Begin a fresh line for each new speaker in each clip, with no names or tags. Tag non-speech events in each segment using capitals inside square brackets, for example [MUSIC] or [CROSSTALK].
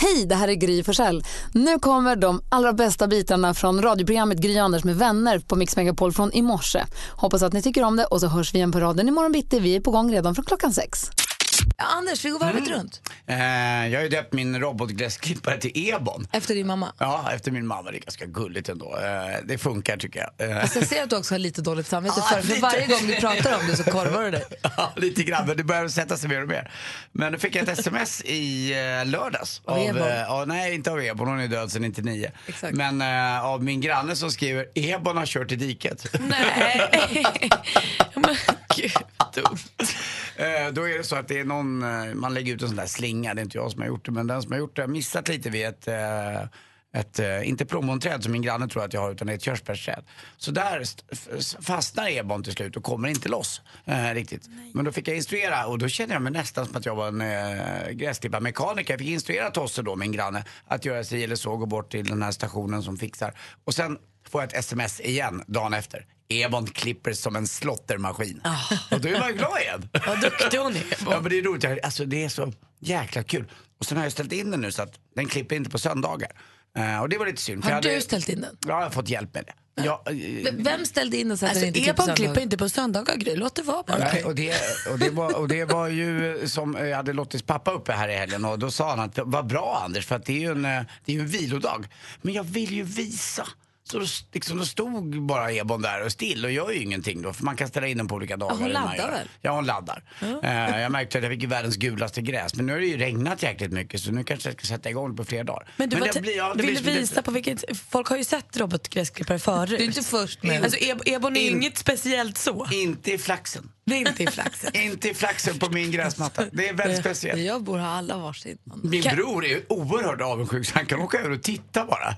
Hej, det här är Gry Forssell. Nu kommer de allra bästa bitarna från radioprogrammet Gry Anders med vänner på Mix Megapol från i morse. Hoppas att ni tycker om det och så hörs vi igen på raden imorgon bitti. Vi är på gång redan från klockan sex.
Ja, Anders, vi går varvet
Mm.
runt.
Eh, jag har ju döpt min robotgräsklippare till Ebon.
Efter din mamma.
Ja, efter min mamma. Det är ganska gulligt ändå. Eh, det funkar tycker jag. Eh, [LAUGHS]
Alltså, jag ser att du också har lite dåligt samvete
Ja,
för, för
lite.
varje gång du pratar om det så korvar du dig.
ja, lite grann, men det börjar sätta sig mer och mer. Men nu fick jag ett sms i eh, lördags.
Av Ebon?
eh, ja, nej, inte av Ebon. Hon är död sedan 99.
Exakt.
Men eh, av min granne som skriver Ebon har kört i diket.
Nej. Men gud.
Eh, Då är det så att det är någon, eh, man lägger ut en sån där slinga, det är inte jag som har gjort det, men den som har gjort det har missat lite vid ett, eh, ett eh, inte plommonträd som min granne tror att jag har, utan det är ett körsbärsträd. Så där st- f- s- fastnar ebon till slut och kommer inte loss eh, riktigt. Men då fick jag instruera och då kände jag mig nästan som att jag var en eh, gräsklipparmekaniker. Jag fick instruera Tosse då, min granne, att göra sig eller så, gå bort till den här stationen som fixar. Och sen får jag ett sms igen dagen efter. Ebon klipper som en slottermaskin. Och då är man ju
[LAUGHS]
glad igen.
Vad duktig hon Ah. är.
Ja, men det är roligt. Jag- Alltså, det är så jäkla kul. Och sen har jag ställt in den nu så att den klipper inte på söndagar. Eh, och det var lite synd. för
Har
jag hade-
du ställt in den?
Ja, jag har fått hjälp med det. Jag, eh,
Vem ställde in typ den så att
Alltså,
den inte klipper
Ebon
sönder?
klipper inte på söndagar, Gry. Låt det vara bara.
Nej, och, det, och, det var, och det var ju som eh, jag hade Lottis pappa uppe här i helgen och då sa han att vad bra Anders för att det är ju en, eh, det är ju en vilodag. Men jag vill ju visa. Så då, s- liksom, då stod bara Ebon där och still och gör ju ingenting då för man kan ställa in den på olika dagar.
hon
hur man
laddar
gör.
väl?
Ja hon laddar. Eh, jag märkte att jag fick ju världens gulaste gräs men nu har det ju regnat jäkligt mycket så nu kanske jag ska sätta igång på fler dagar.
Men du var
det
te-
blir- ja,
vill
det blir
du
som lite-
visa på vilket... Folk har ju sett robotgräsklippare förut.
Du är inte först med.
Alltså, Eb- Ebon är ju
In-
inget speciellt så.
Inte i flaxen.
Det är inte i flaxen.
Inte i flaxen på min gräsmatta. Det är väldigt speciellt.
Där jag bor har alla varsin.
Min bror är ju oerhört avundsjuk så han kan åka över och titta bara.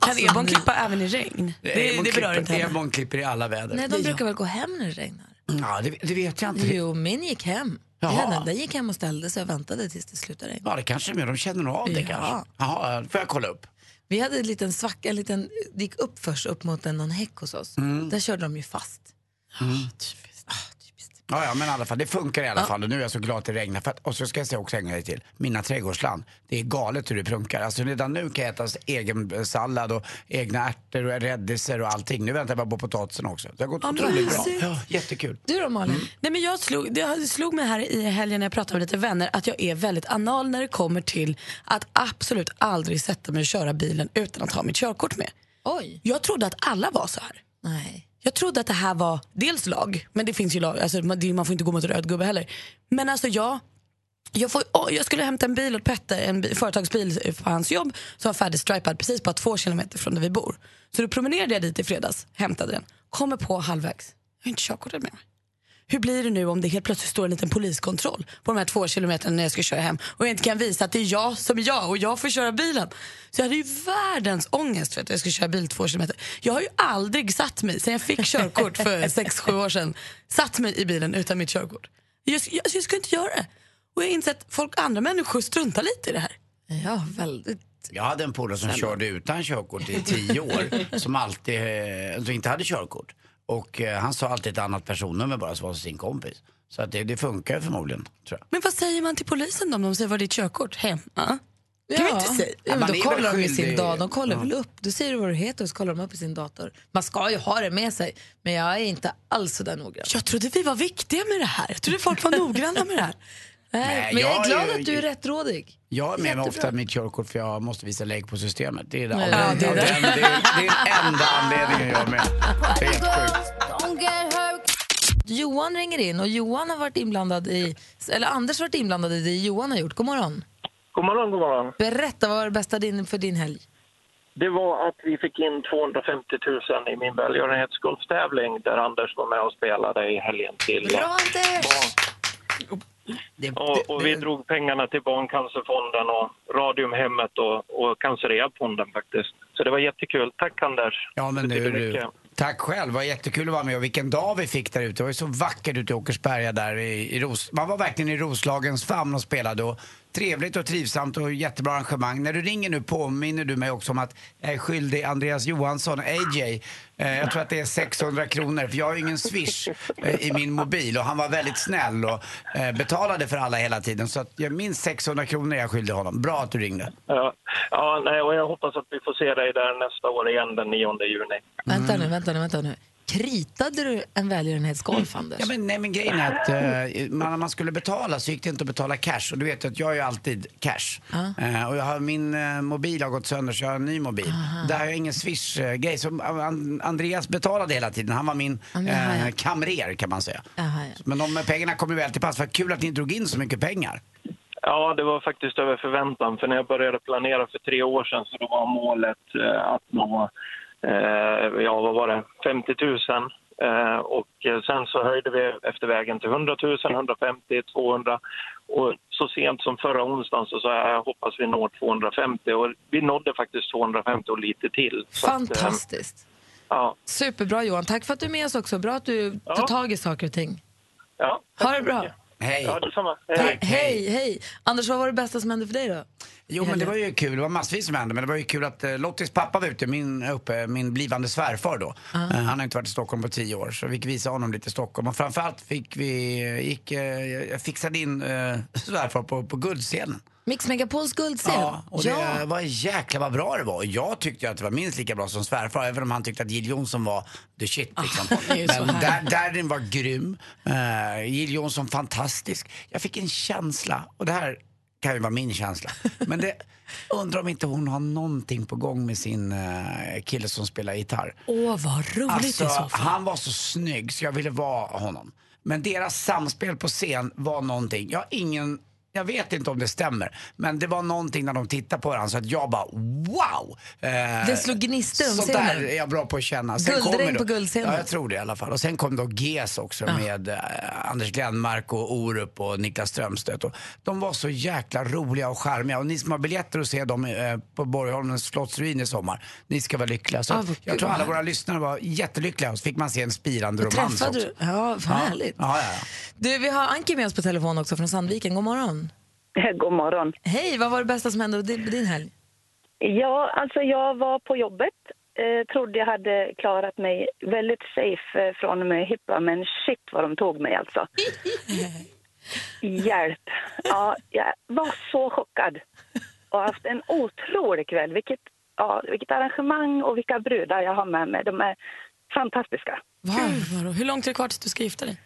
Kan Ebon klippa även i regn? Det,
Alltså, Ebon
det berör
klipper-
inte henne.
Ebon klipper i alla väder.
Nej, de brukar väl gå hem när det Mm. regnar?
Ja, det, det vet jag inte.
Jo, min gick hem.
Jaha.
Den enda gick hem och ställde sig och väntade tills det slutade regna.
Ja, det kanske är mer. De känner nog av det
Ja.
kanske. Jaha, får jag kolla upp?
Vi hade en liten svacka, en liten, det gick upp först upp mot en, någon häck hos oss. Där körde de ju fast. Mm. Ah, typiskt. Ah, typiskt.
Ja, ja, men i alla fall, det funkar i alla fall och nu är jag så glad att det regnar. För att, och så ska jag säga också en grej till. Mina trädgårdsland, det är galet hur det prunkar. Alltså redan nu kan jag äta egen eh, sallad och egna ärtor och rädisor och allting. Nu väntar jag bara på potatisen också. Det har gått otroligt bra.
mysigt.
Ja, jättekul.
Du då Malin?
Nej, men jag slog, det slog mig här i helgen när jag pratade med lite vänner att jag är väldigt anal när det kommer till att absolut aldrig sätta mig och köra bilen utan att ha mitt körkort med.
Oj.
Jag trodde att alla var så här.
Nej.
Jag trodde att det här var dels lag, men det finns ju lag, alltså man, det- man får inte gå mot röd gubbe heller. Men alltså jag, jag, får, åh, jag skulle hämta en bil åt Petter, en bi, företagsbil på hans jobb som var färdigstripad precis bara två kilometer från där vi bor. Så då promenerade jag dit i fredags, hämtade den, kommer på halvvägs, jag har inte körkortet med mig. Hur blir det nu om det helt plötsligt står en liten poliskontroll på de här två kilometerna när jag ska köra hem och jag inte kan visa att det är jag som är jag och jag får köra bilen? Så jag hade ju världens ångest för att jag skulle köra bil två kilometer. Jag har ju aldrig satt mig, sen jag fick körkort för sex sju år sedan, satt mig i bilen utan mitt körkort. Jag, jag, jag skulle inte göra det. Och jag har insett att folk, andra människor struntar lite i det här.
Ja, väldigt.
Jag hade en polare som körde utan körkort i
[LAUGHS]
tio år, som alltid eh, som inte hade körkort. Och eh, han sa alltid ett annat personnummer bara, som var sin kompis. Så att det, det funkar ju förmodligen, tror jag.
Men vad säger man till polisen då om de säger var ditt körkort? Hemma? Kan vi inte säga?
Ja, men
Man
då
är väl
kollar de i sin
skyldig-
dator. De kollar väl upp. Du säger vad du heter och så kollar de upp i sin dator. Man ska ju ha det med sig, men jag är inte alls så där noggrann.
Jag trodde vi var viktiga med det här. Jag trodde folk var noggranna med det här.
Nej,
Nej,
men jag,
jag
är glad
är ju-
att du är rättrådig.
Jag har med mig
Jättebra.
ofta mitt körkort för jag måste visa lägg på systemet. Det är, det,
Ja,
det,
det är
är, det, är, det är enda anledningen jag är med. Det är helt sjukt.
Johan ringer in och Johan har varit inblandad i, eller Anders har varit inblandad i det Johan har gjort. God morgon.
God morgon, god morgon.
Berätta, vad var det bästa din, för din helg?
Det var att vi fick in 250 000 i min välgörenhetsgolftävling där Anders var med och spelade i helgen till.
Bra Anders!
Det,
Och, och vi drog pengarna till Barncancerfonden och Radiumhemmet och, och Cancerrehabfonden faktiskt. Så det var jättekul. Tack Anders.
Ja, men nu
Betyder
är du,
mycket.
Tack själv, det var jättekul att vara med och vilken dag vi fick där ute. Det var ju så vackert ute i Åkersberga där i, i Ros... Man var verkligen i Roslagens famn och spelade och trevligt och trivsamt och jättebra arrangemang. När du ringer nu påminner du mig också om att jag är skyldig Andreas Johansson, AJ, eh, jag tror att det är 600 kronor för jag har ju ingen swish eh, i min mobil och han var väldigt snäll och eh, betalade för alla hela tiden så att jag minns 600 kronor är jag skyldig honom. Bra att du ringde.
Ja, ja nej, och jag hoppas att vi får se dig där nästa år igen den 9 juni.
Vänta nu, vänta nu, vänta nu. Kritade du en välgörenhetsgolf, Anders?
Mm. Ja, men, nej, men grejen är
Ah.
att eh, man, när man skulle betala så gick det inte att betala cash. Och du vet att jag har ju alltid cash.
Ah.
Eh, och jag har, min eh, mobil har gått sönder så jag har en ny mobil. Där har jag ingen swish-grej. Så eh, An- Andreas betalade hela tiden. Han var min
jaha,
eh,
ja.
kamrer kan man säga.
Jaha, ja.
Men de pengarna kom ju väl till pass. Vad kul att ni drog in så mycket pengar.
Ja, det var faktiskt över förväntan. För när jag började planera för tre år sedan så då var målet eh, att nå, eh, ja vad var det, 50 000. Eh, och eh, sen så höjde vi efter vägen till 100 000, 150, 200. Och så sent som förra onsdagen så sa jag, jag hoppas vi når 250. Och vi nådde faktiskt 250 och lite till. Så att, eh,
Fantastiskt.
Ja,
Superbra, Johan. Tack för att du är med oss också. Bra att du tar
Ja.
tag i saker och ting.
ja.
Ha det bra.
Hej!
Ja, detsamma.
Tack.
Hej, hej. Anders, vad var det bästa som hände för dig då?
Jo men det var ju kul, det var massvis som hände men det var ju kul att eh, Lottis pappa var ute, min, uppe, min blivande svärfar då. Eh, han har inte varit i Stockholm på tio år så vi fick visa honom lite Stockholm och framförallt fick vi, gick, eh, jag fixade in eh, [LAUGHS] svärfar på, på guldscenen.
Mix Megapols guldscen.
Ja, och det var jäkla vad bra det var. Och Jag tyckte ju att det var minst lika bra som svärfar, även om han tyckte att Jill Johnson var the shit. Liksom.
Ah, det är ju så
Men där,
härligt.
Darin var grym, uh, Jill Johnson fantastisk. Jag fick en känsla, och det här kan ju vara min känsla, men det, undrar om inte hon har någonting på gång med sin eh, kille som spelar gitarr.
Åh, vad roligt i så
Alltså,
fall.
han var så snygg så jag ville vara honom. Men deras samspel på scen var någonting. Jag har ingen... Jag vet inte om det stämmer, men det var någonting när de tittade på varandra så att jag bara wow! Eh,
Det slog gnistor om
Sånt där
scenen.
är jag bra på att känna. Sen
Guldregn
kommer då-
på guldscenen.
Ja, jag tror det i alla fall. Och sen kom då GES också med eh, Anders Glenmark och Orup och Niklas Strömstedt. Och de var så jäkla roliga och charmiga. Och ni som har biljetter och ser dem eh, på Borgholmens slottsruin i sommar, ni ska vara lyckliga. Så
Ah,
att
vad
jag
kul.
tror alla våra lyssnare var jättelyckliga och så fick man se en spirande romans
Träffade
också.
du? Ja, vad härligt.
Ja, ja, ja.
Du, vi har Anki med oss på telefon också från Sandviken. God morgon.
[LAUGHS] God morgon.
Hej, vad var det bästa som hände din, din helg?
Ja, alltså jag var på jobbet. Eh, trodde jag hade klarat mig väldigt safe eh, från och med hippa, men shit vad de tog mig alltså. Hjälp! Ja, jag var så chockad. Och har haft en otrolig kväll. Vilket, ja, vilket arrangemang och vilka brudar jag har med mig. De är fantastiska.
Gud, vad ro- Hur långt är det kvar tills du ska gifta dig?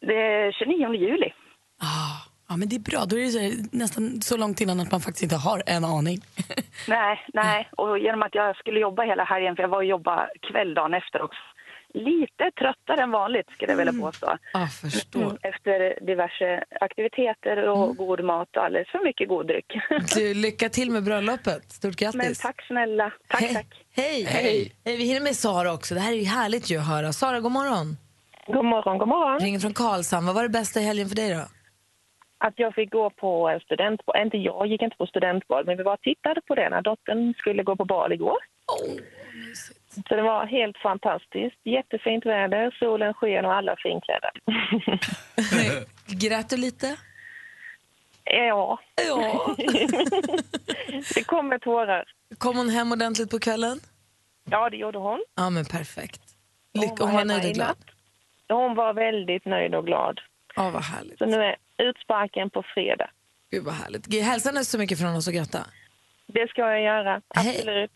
Det är 29 juli.
Ah, ja, men det är bra. Då är det så här, nästan så långt innan att man faktiskt inte har en aning. [LAUGHS]
Nej, nej. Och genom att jag skulle jobba hela helgen, för jag var och jobba kväll dagen efter också. Lite tröttare än vanligt skulle jag vilja påstå.
Ja, förstår.
Mm, Efter diverse aktiviteter och
Mm.
god mat och alldeles för mycket god
[LAUGHS]
dryck.
Du, lycka till med bröllopet. Stort grattis.
Men tack snälla. Tack,
Hej.
tack.
Hej. Hej. Hej. Vi hinner med Sara också. Det här är ju härligt ju att höra. Sara, god morgon.
Mm.
God morgon, god morgon.
Ringer från Karlshamn. Vad var det bästa i helgen för dig då?
Att jag fick gå på studentbal, inte jag gick inte på studentbal, men vi var och tittade på det när dottern skulle gå på bal igår. Så det var helt fantastiskt. Jättefint väder, solen sken och alla finklädda.
Grät du lite?
ja,
Ja.
[LAUGHS] det kommer tårar.
Kom hon hem ordentligt på kvällen?
Ja, det gjorde hon.
Ja, men perfekt.
Hon
Lycka, hon
var
var nöjd
hemma i
och glad.
natt. Hon var väldigt nöjd och glad.
Ja, vad härligt.
Så nu är utsparken på fredag.
Gud, vad härligt. Ge Hälsa henne så mycket från oss och gratta.
Det ska jag göra,
Hej.
absolut.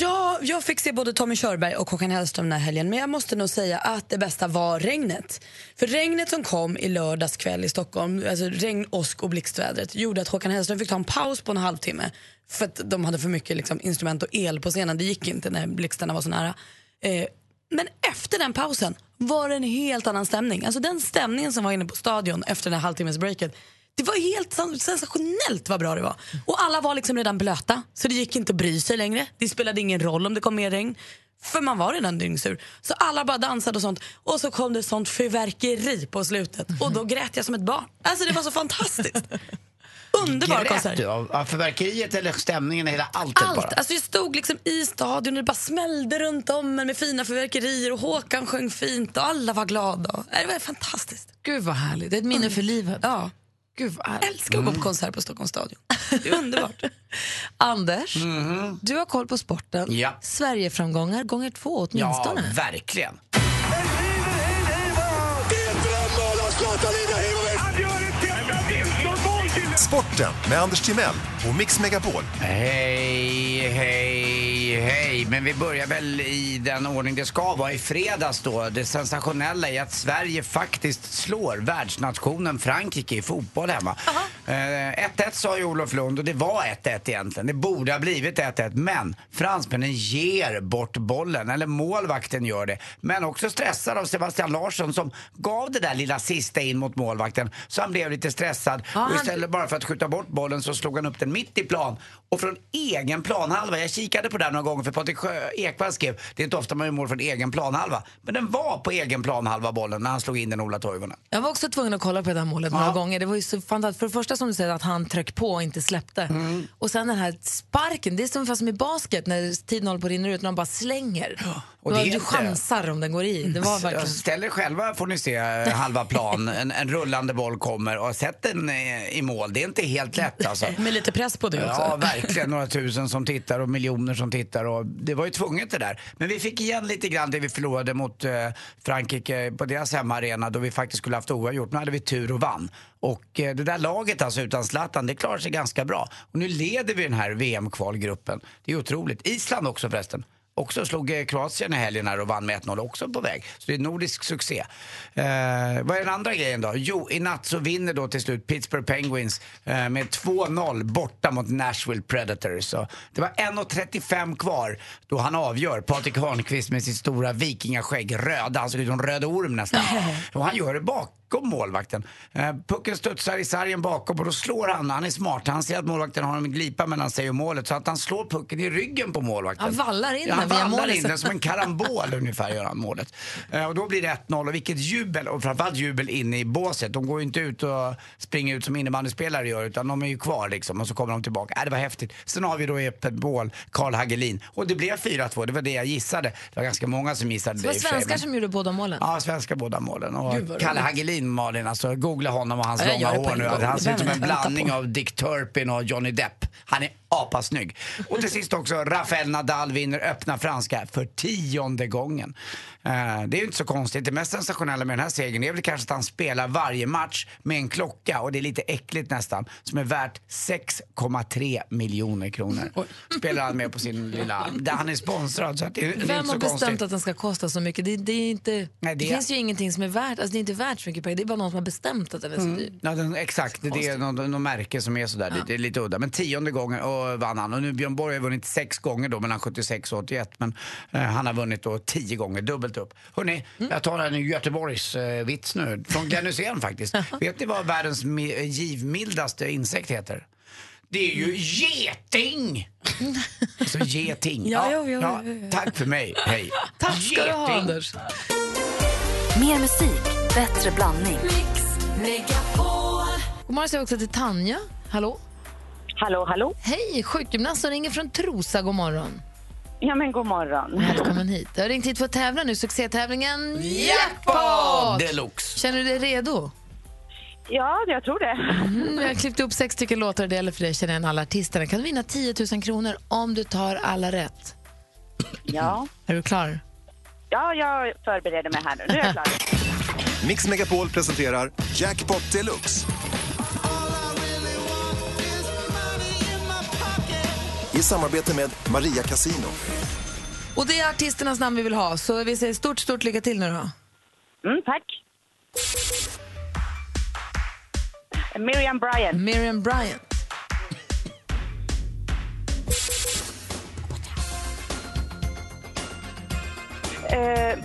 Ja, jag fick se både Tommy Körberg och Håkan Hellström den här helgen men jag måste nog säga att det bästa var regnet. För regnet som kom i lördags kväll i Stockholm, alltså regn, åsk och blixtvädret gjorde att Håkan Hellström fick ta en paus på en halvtimme för att de hade för mycket liksom, instrument och el på scenen. Det gick inte när blixtarna var så nära. Eh, men efter den pausen var det en helt annan stämning. Alltså den stämningen som var inne på stadion efter den här halvtimmesbreaket det var helt sen- sensationellt vad bra det var. Och alla var liksom redan blöta, så det gick inte att bry sig längre. Det spelade ingen roll om det kom mer regn, för man var redan dyngsur. Så alla bara dansade och sånt. Och så kom det [LAUGHS] sånt fyrverkeri på slutet. Och då grät jag som ett barn. Alltså det var så fantastiskt. Underbar konsert.
Grät du av, av förverkeriet eller stämningen, hela alltet bara?
Allt. Alltså jag stod liksom i stadion och det bara smällde runt om en med fina fyrverkerier och Håkan sjöng fint och alla var glada. Och- Nej, Det var fantastiskt.
Gud vad härligt. Det är ett minne för livet.
Ja.
Gud vad härligt. Mm.
Jag älskar att gå på konsert på Stockholms stadion. Det är underbart.
[LAUGHS] Anders, du har koll på sporten.
Mm-hmm. Ja.
Sverigeframgångar gånger två åtminstone.
Ja, verkligen.
Sporten med Anders Timell och Mix Megapol.
Hej, hej, hej. Men vi börjar väl i den ordning det ska vara. I fredags då, det sensationella är att Sverige faktiskt slår världsnationen Frankrike i fotboll hemma. Eh, 1-1 sa ju Olof Lund och det var 1-1 egentligen. Det borde ha blivit 1-1 men fransmännen ger bort bollen, eller målvakten gör det. Men också stressad av Sebastian Larsson som gav det där lilla sista in mot målvakten. Så han blev lite stressad och
han-
istället bara för att skjuta bort bollen så slog han upp den mitt i plan. Och från egen planhalva, jag kikade på det här några gånger för Patrik Sjö- Ekwall skrev det är inte ofta man gör mål från egen planhalva. Men den var på egen planhalva bollen när han slog in den Ola Toivonen.
Jag var också tvungen att kolla på det där målet några gånger. Det var ju så fantastiskt. För det första som du säger att han tryck på och inte släppte.
Mm.
Och sen den här sparken, det är som fast som i basket när tiden håller på att rinna ut, när de bara slänger.
och
du,
det är Mm.
du
inte-
chansar om den går i. Det var verkligen...
Jag ställer själva får ni se eh, halva plan, en, en rullande boll kommer och sätt den eh, i mål. Det är inte helt lätt alltså.
Med lite press på det också.
Ja, verkligen. Några tusen som tittar och miljoner som tittar. Och det var ju tvunget det där. Men vi fick igen lite grann det vi förlorade mot eh, Frankrike på deras hemmaarena då vi faktiskt skulle haft oavgjort. Nu hade vi tur och vann. Och eh, det där laget alltså utan Zlatan, det klarar sig ganska bra. Och nu leder vi den här VM-kvalgruppen. Det är otroligt. Island också förresten. Också slog eh, Kroatien i helgen här och vann med 1-0 också på väg. Så det är nordisk succé. Eh, vad är den andra grejen då? Jo, i natt så vinner då till slut Pittsburgh Penguins eh, med 2-0 borta mot Nashville Predators. Så det var 1.35 kvar då han avgör. Patrik Hörnqvist med sitt stora vikingaskägg, röda, han såg ut som en röd orm nästan. Och han gör det bakom målvakten. Eh, pucken studsar i sargen bakom och då slår han, han är smart, han ser att målvakten har en glipa mellan sig och målet så att han slår pucken i ryggen på målvakten.
Han vallar in
Ja,
den
han
via
vallar
målet.
in den som en karambol ungefär gör han målet. Eh, och då blir det 1-0 och vilket jubel och framförallt jubel inne i båset. De går ju inte ut och springer ut som innebandyspelare gör utan de är ju kvar liksom och så kommer de tillbaka. Äh, det var häftigt. Sen har vi då i öppet mål Karl Hagelin och det blev 4-2. Det var det jag gissade. Det var ganska många som gissade
Det
det
var
i och för sig,
svenskar
men-
som gjorde båda målen.
Ja, svenska båda målen. Och Kalle Hagelin, Malin, alltså googla honom och hans långa
gör det på
hår
en
nu.
gång.
Han ser ut
Det
som en
behöver jag inte
blandning av Dick Turpin och Johnny Depp. Han är apasnygg. Och till sist också, Rafael Nadal vinner öppna franska för tionde gången. Eh, Det är ju inte så konstigt. Det mest sensationella med den här segern är väl kanske att han spelar varje match med en klocka, och det är lite äckligt nästan, som är värt 6,3 miljoner kronor. Spelar han med på sin lilla... där Han är sponsrad, så att det är det är inte så
Vem har
konstigt.
bestämt att den ska kosta så mycket? Det, det, är inte, det,
Nej, det-
finns ju ingenting som är värt, alltså det är inte värt så mycket pengar. Det är bara någon som har bestämt att den är så dyr.
Ja, den, exakt. Det, det är någon, någon märke som är sådär. Det, det är lite udda. Men tionde gången och vann han. Och nu Björn Borg har vunnit sex gånger då mellan 76 och 81. Men eh, han har vunnit då tio gånger, dubbelt upp. Hörrni,
Mm.
jag tar en Göteborgs eh, vits nu. Från Glenn
[LAUGHS]
Hysén faktiskt. Vet ni vad världens mi- givmildaste insekt heter? Det är
[LAUGHS]
ju geting! Alltså geting.
Ja, jo, jo, jo,
Tack för mig.
[LAUGHS]
Hej. Tack
Ska du ha, Anders?
Mer musik, bättre blandning.
God morgon säger vi också till Tanja. Hallå?
Hallå, hallå.
Hej, sjukgymnast som ringer från Trosa. God morgon.
Ja, men god morgon.
Välkommen hit. Jag har ringt hit för att tävla nu. Succétävlingen
Jackpot!
Jackpot!
Deluxe.
Känner du dig redo?
Ja, jag tror det.
Mm, jag har klippt upp sex stycken låtar och det gäller för dig att känna igen alla artisterna. Kan du vinna 10 000 kronor om du tar alla rätt?
Ja,
Är du klar?
ja jag förbereder mig här nu. Nu är jag klar.
Mix Megapol presenterar Jackpot Deluxe. I samarbete med Maria Casino.
Och det är artisternas namn vi vill ha, så vi säger stort, stort lycka till nu då.
Mm, tack. Miriam Bryant.
Miriam Bryant,
Eh,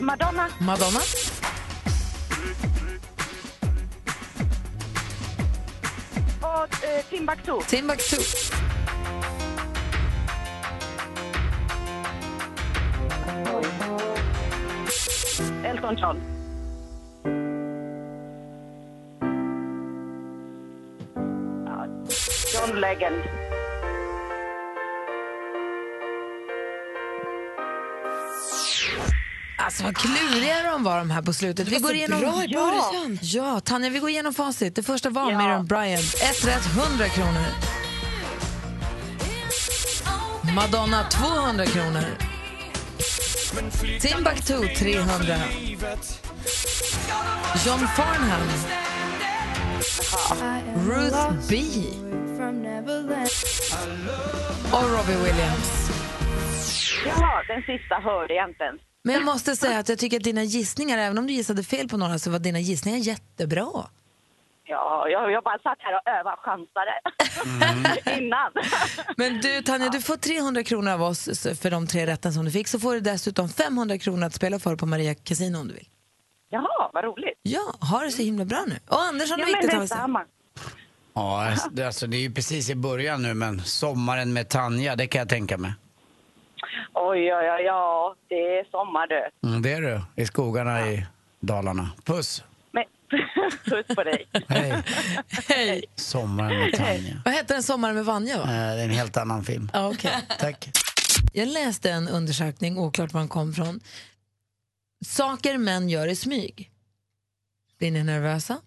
Madonna.
Madonna,
Och eh, Timbuktu.
Timbuktu,
Elton John. Ja, Living Legend.
Alltså vad kluriga de var de här på slutet. Vi går igenom...
bra i början.
Ja, Tanja, vi går igenom facit. Det första var Miriam Bryant. Ett rätt, 100 kronor. Madonna, 200 kronor. Timbuktu, 300. John Farnham. Ruth B. Och Robbie Williams.
Ja, den sista hörde jag inte ens.
Men jag måste säga att jag tycker att dina gissningar, även om du gissade fel på några, så var dina gissningar jättebra.
Ja, jag, jag bara satt här och överchansade [LAUGHS] innan.
Mm. Men du Tanja, du får 300 kronor av oss s- för de tre rätten som du fick. Så får du dessutom 500 kronor att spela för på Maria Casino om du vill.
Jaha, vad roligt.
Ja, ha det så himla bra nu. Och Anders om
Ja,
du gick
men
det tar vi sen.
detsamma.
Ja, det- alltså, det är ju precis i början nu, men sommaren med Tanja, det kan jag tänka mig.
Oj, oj, oj, ja, det är sommar du.
Mm, det är du, i skogarna i Dalarna. Puss!
Men [LAUGHS] puss på dig.
Hej!
Hej!
Sommaren med Tanja.
Vad hette den? Sommar med Vanja va?
Eh, Det är en helt annan film.
Ja, okej. [LAUGHS]
Tack.
Jag läste en undersökning, oklart var den kom från. Saker män gör i smyg. Blir ni nervösa?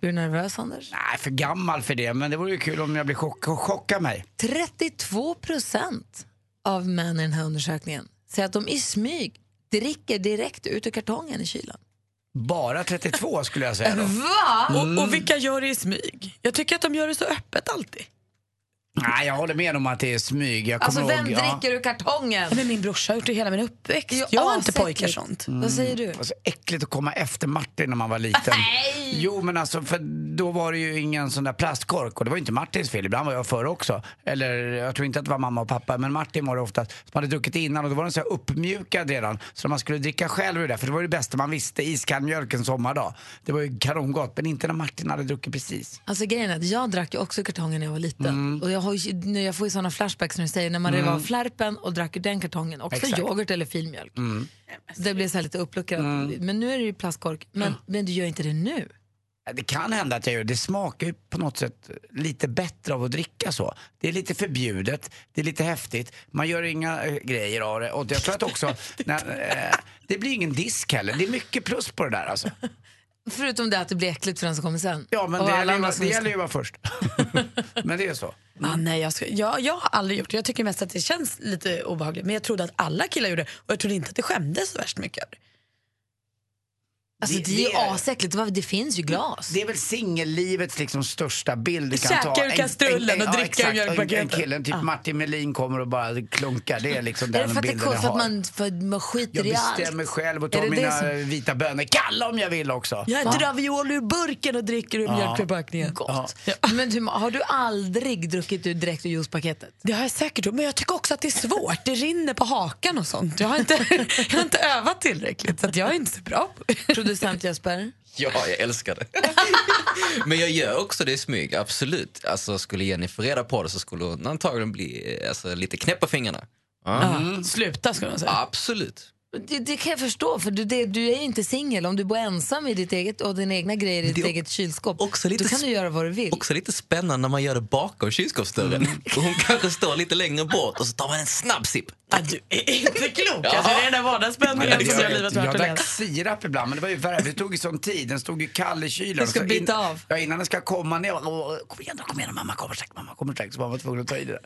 Blir du nervös Anders?
Nej, för gammal för det, men det vore ju kul om jag blir chock chockad mig.
32 procent av män i den här undersökningen säger att de i smyg dricker direkt ut ur kartongen i kylen.
Bara 32 skulle jag [LAUGHS] säga då.
Va?
Mm.
Och, och vilka gör det i smyg? Jag tycker att de gör det så öppet alltid.
Nej, jag håller med om att det är smyg. Jag
Alltså
kommer
vem
ihåg, ja.
dricker ur kartongen?
Ja, Men min brorsa har gjort det hela min uppväxt.
Ja,
jag har inte
asäckligt.
pojkar sånt.
Mm.
Vad säger du?
Det var så Alltså, äckligt att komma efter Martin när man var liten.
Nej!
Jo men alltså för då var det ju ingen sån där plastkork och det var ju inte Martins fel, ibland var jag före också. Eller jag tror inte att det var mamma och pappa men Martin var det oftast som hade druckit innan och då var den så här uppmjukad redan. Så man skulle dricka själv ur det, för det var ju det bästa man visste, iskall mjölk en sommardag. Det var ju kanongott men inte när Martin hade druckit precis.
Alltså grejen är att jag drack ju också ur kartongen när jag var liten.
Mm.
Och jag, har ju, nu, jag får ju sådana flashbacks när du säger när man rev av flärpen och drack ur den kartongen. Också
Exakt. Mm.
yoghurt eller filmjölk. Det blev så här lite uppluckrat. Men nu är det ju plastkork. Men,
Mm.
men du gör inte det nu.
Det kan hända att jag gör det. Det smakar ju på något sätt lite bättre av att dricka så. Det är lite förbjudet, det är lite häftigt, man gör inga eh, grejer av det. Och jag tror
[LAUGHS]
att också, när, eh, det blir ingen disk heller. Det är mycket plus på det där alltså.
Förutom det att det blir äckligt för den som kommer sen.
Ja men
Och
det
alla
gäller, ju,
andra
att-
som
det
lyssnar.
gäller ju att vara först.
[LAUGHS]
men det är så.
Ah, nej, jag, ska, jag, jag har aldrig gjort det. Jag tycker mest att det känns lite obehagligt. Men jag trodde att alla killar gjorde det och jag trodde inte att det skämdes så värst mycket. över det.
Alltså
Det-
det är ju
det är-
asäckligt. Vad- Det finns ju glas.
Det är väl singellivets liksom största bild du kan
Käka
ta.
ur kastrullen och dricka ur
exakt.
mjölkpaketet.
En, en kille, typ Martin Melin kommer och bara klunkar. Det är liksom
Ah. är det
den
för att det är
bilden
coolt? För
jag
att
har.
man, för att man skiter
Jag
i allt?
bestämmer själv och tar
Är det det
mina
som-
vita bönor. Kalla om jag vill också.
Jag äter ravioli ur burken och dricker ur mjölkförpackningen.
Gott. Men du, har du aldrig druckit ur direkt ur juicepaketet?
Det har jag säkert gjort, men jag tycker också att det är svårt. Det rinner på hakan och sånt. Jag har inte, [LAUGHS] jag har inte övat tillräckligt så att jag är inte så bra på det.
Producent Jesper?
Ja, jag älskar det. Men jag gör också det i smyg, absolut. Alltså, skulle Jenny få reda på det så skulle hon antagligen bli eh, alltså, lite knäpp på fingrarna. Ja.
Ja, Sluta skulle man säga.
Absolut.
Det, det kan jag förstå, för du, det, du är ju inte singel. Om du bor ensam i ditt eget och dina egna grejer i ditt
det är
eget kylskåp,
också lite
då kan
sp-
du göra vad du vill.
Också lite spännande när man gör det bakom kylskåpsdörren.
Mm.
Och Hon kanske står lite längre bort och så tar man en snabb sipp.
Ah, du är inte klok.
Ja.
Alltså, det är den där vardagsspänningen som gör
jag,
livet
jag,
värt att leva.
drack sirap ibland men det var ju värre. Det tog ju sån tid. Den stod ju kall i kylen.
Du ska
Så
bita av.
Ja, innan den ska komma ner. Och, och, kom igen då, kom igen då, mamma kommer strax, mamma kommer strax. Så man var tvungen att ta i det där.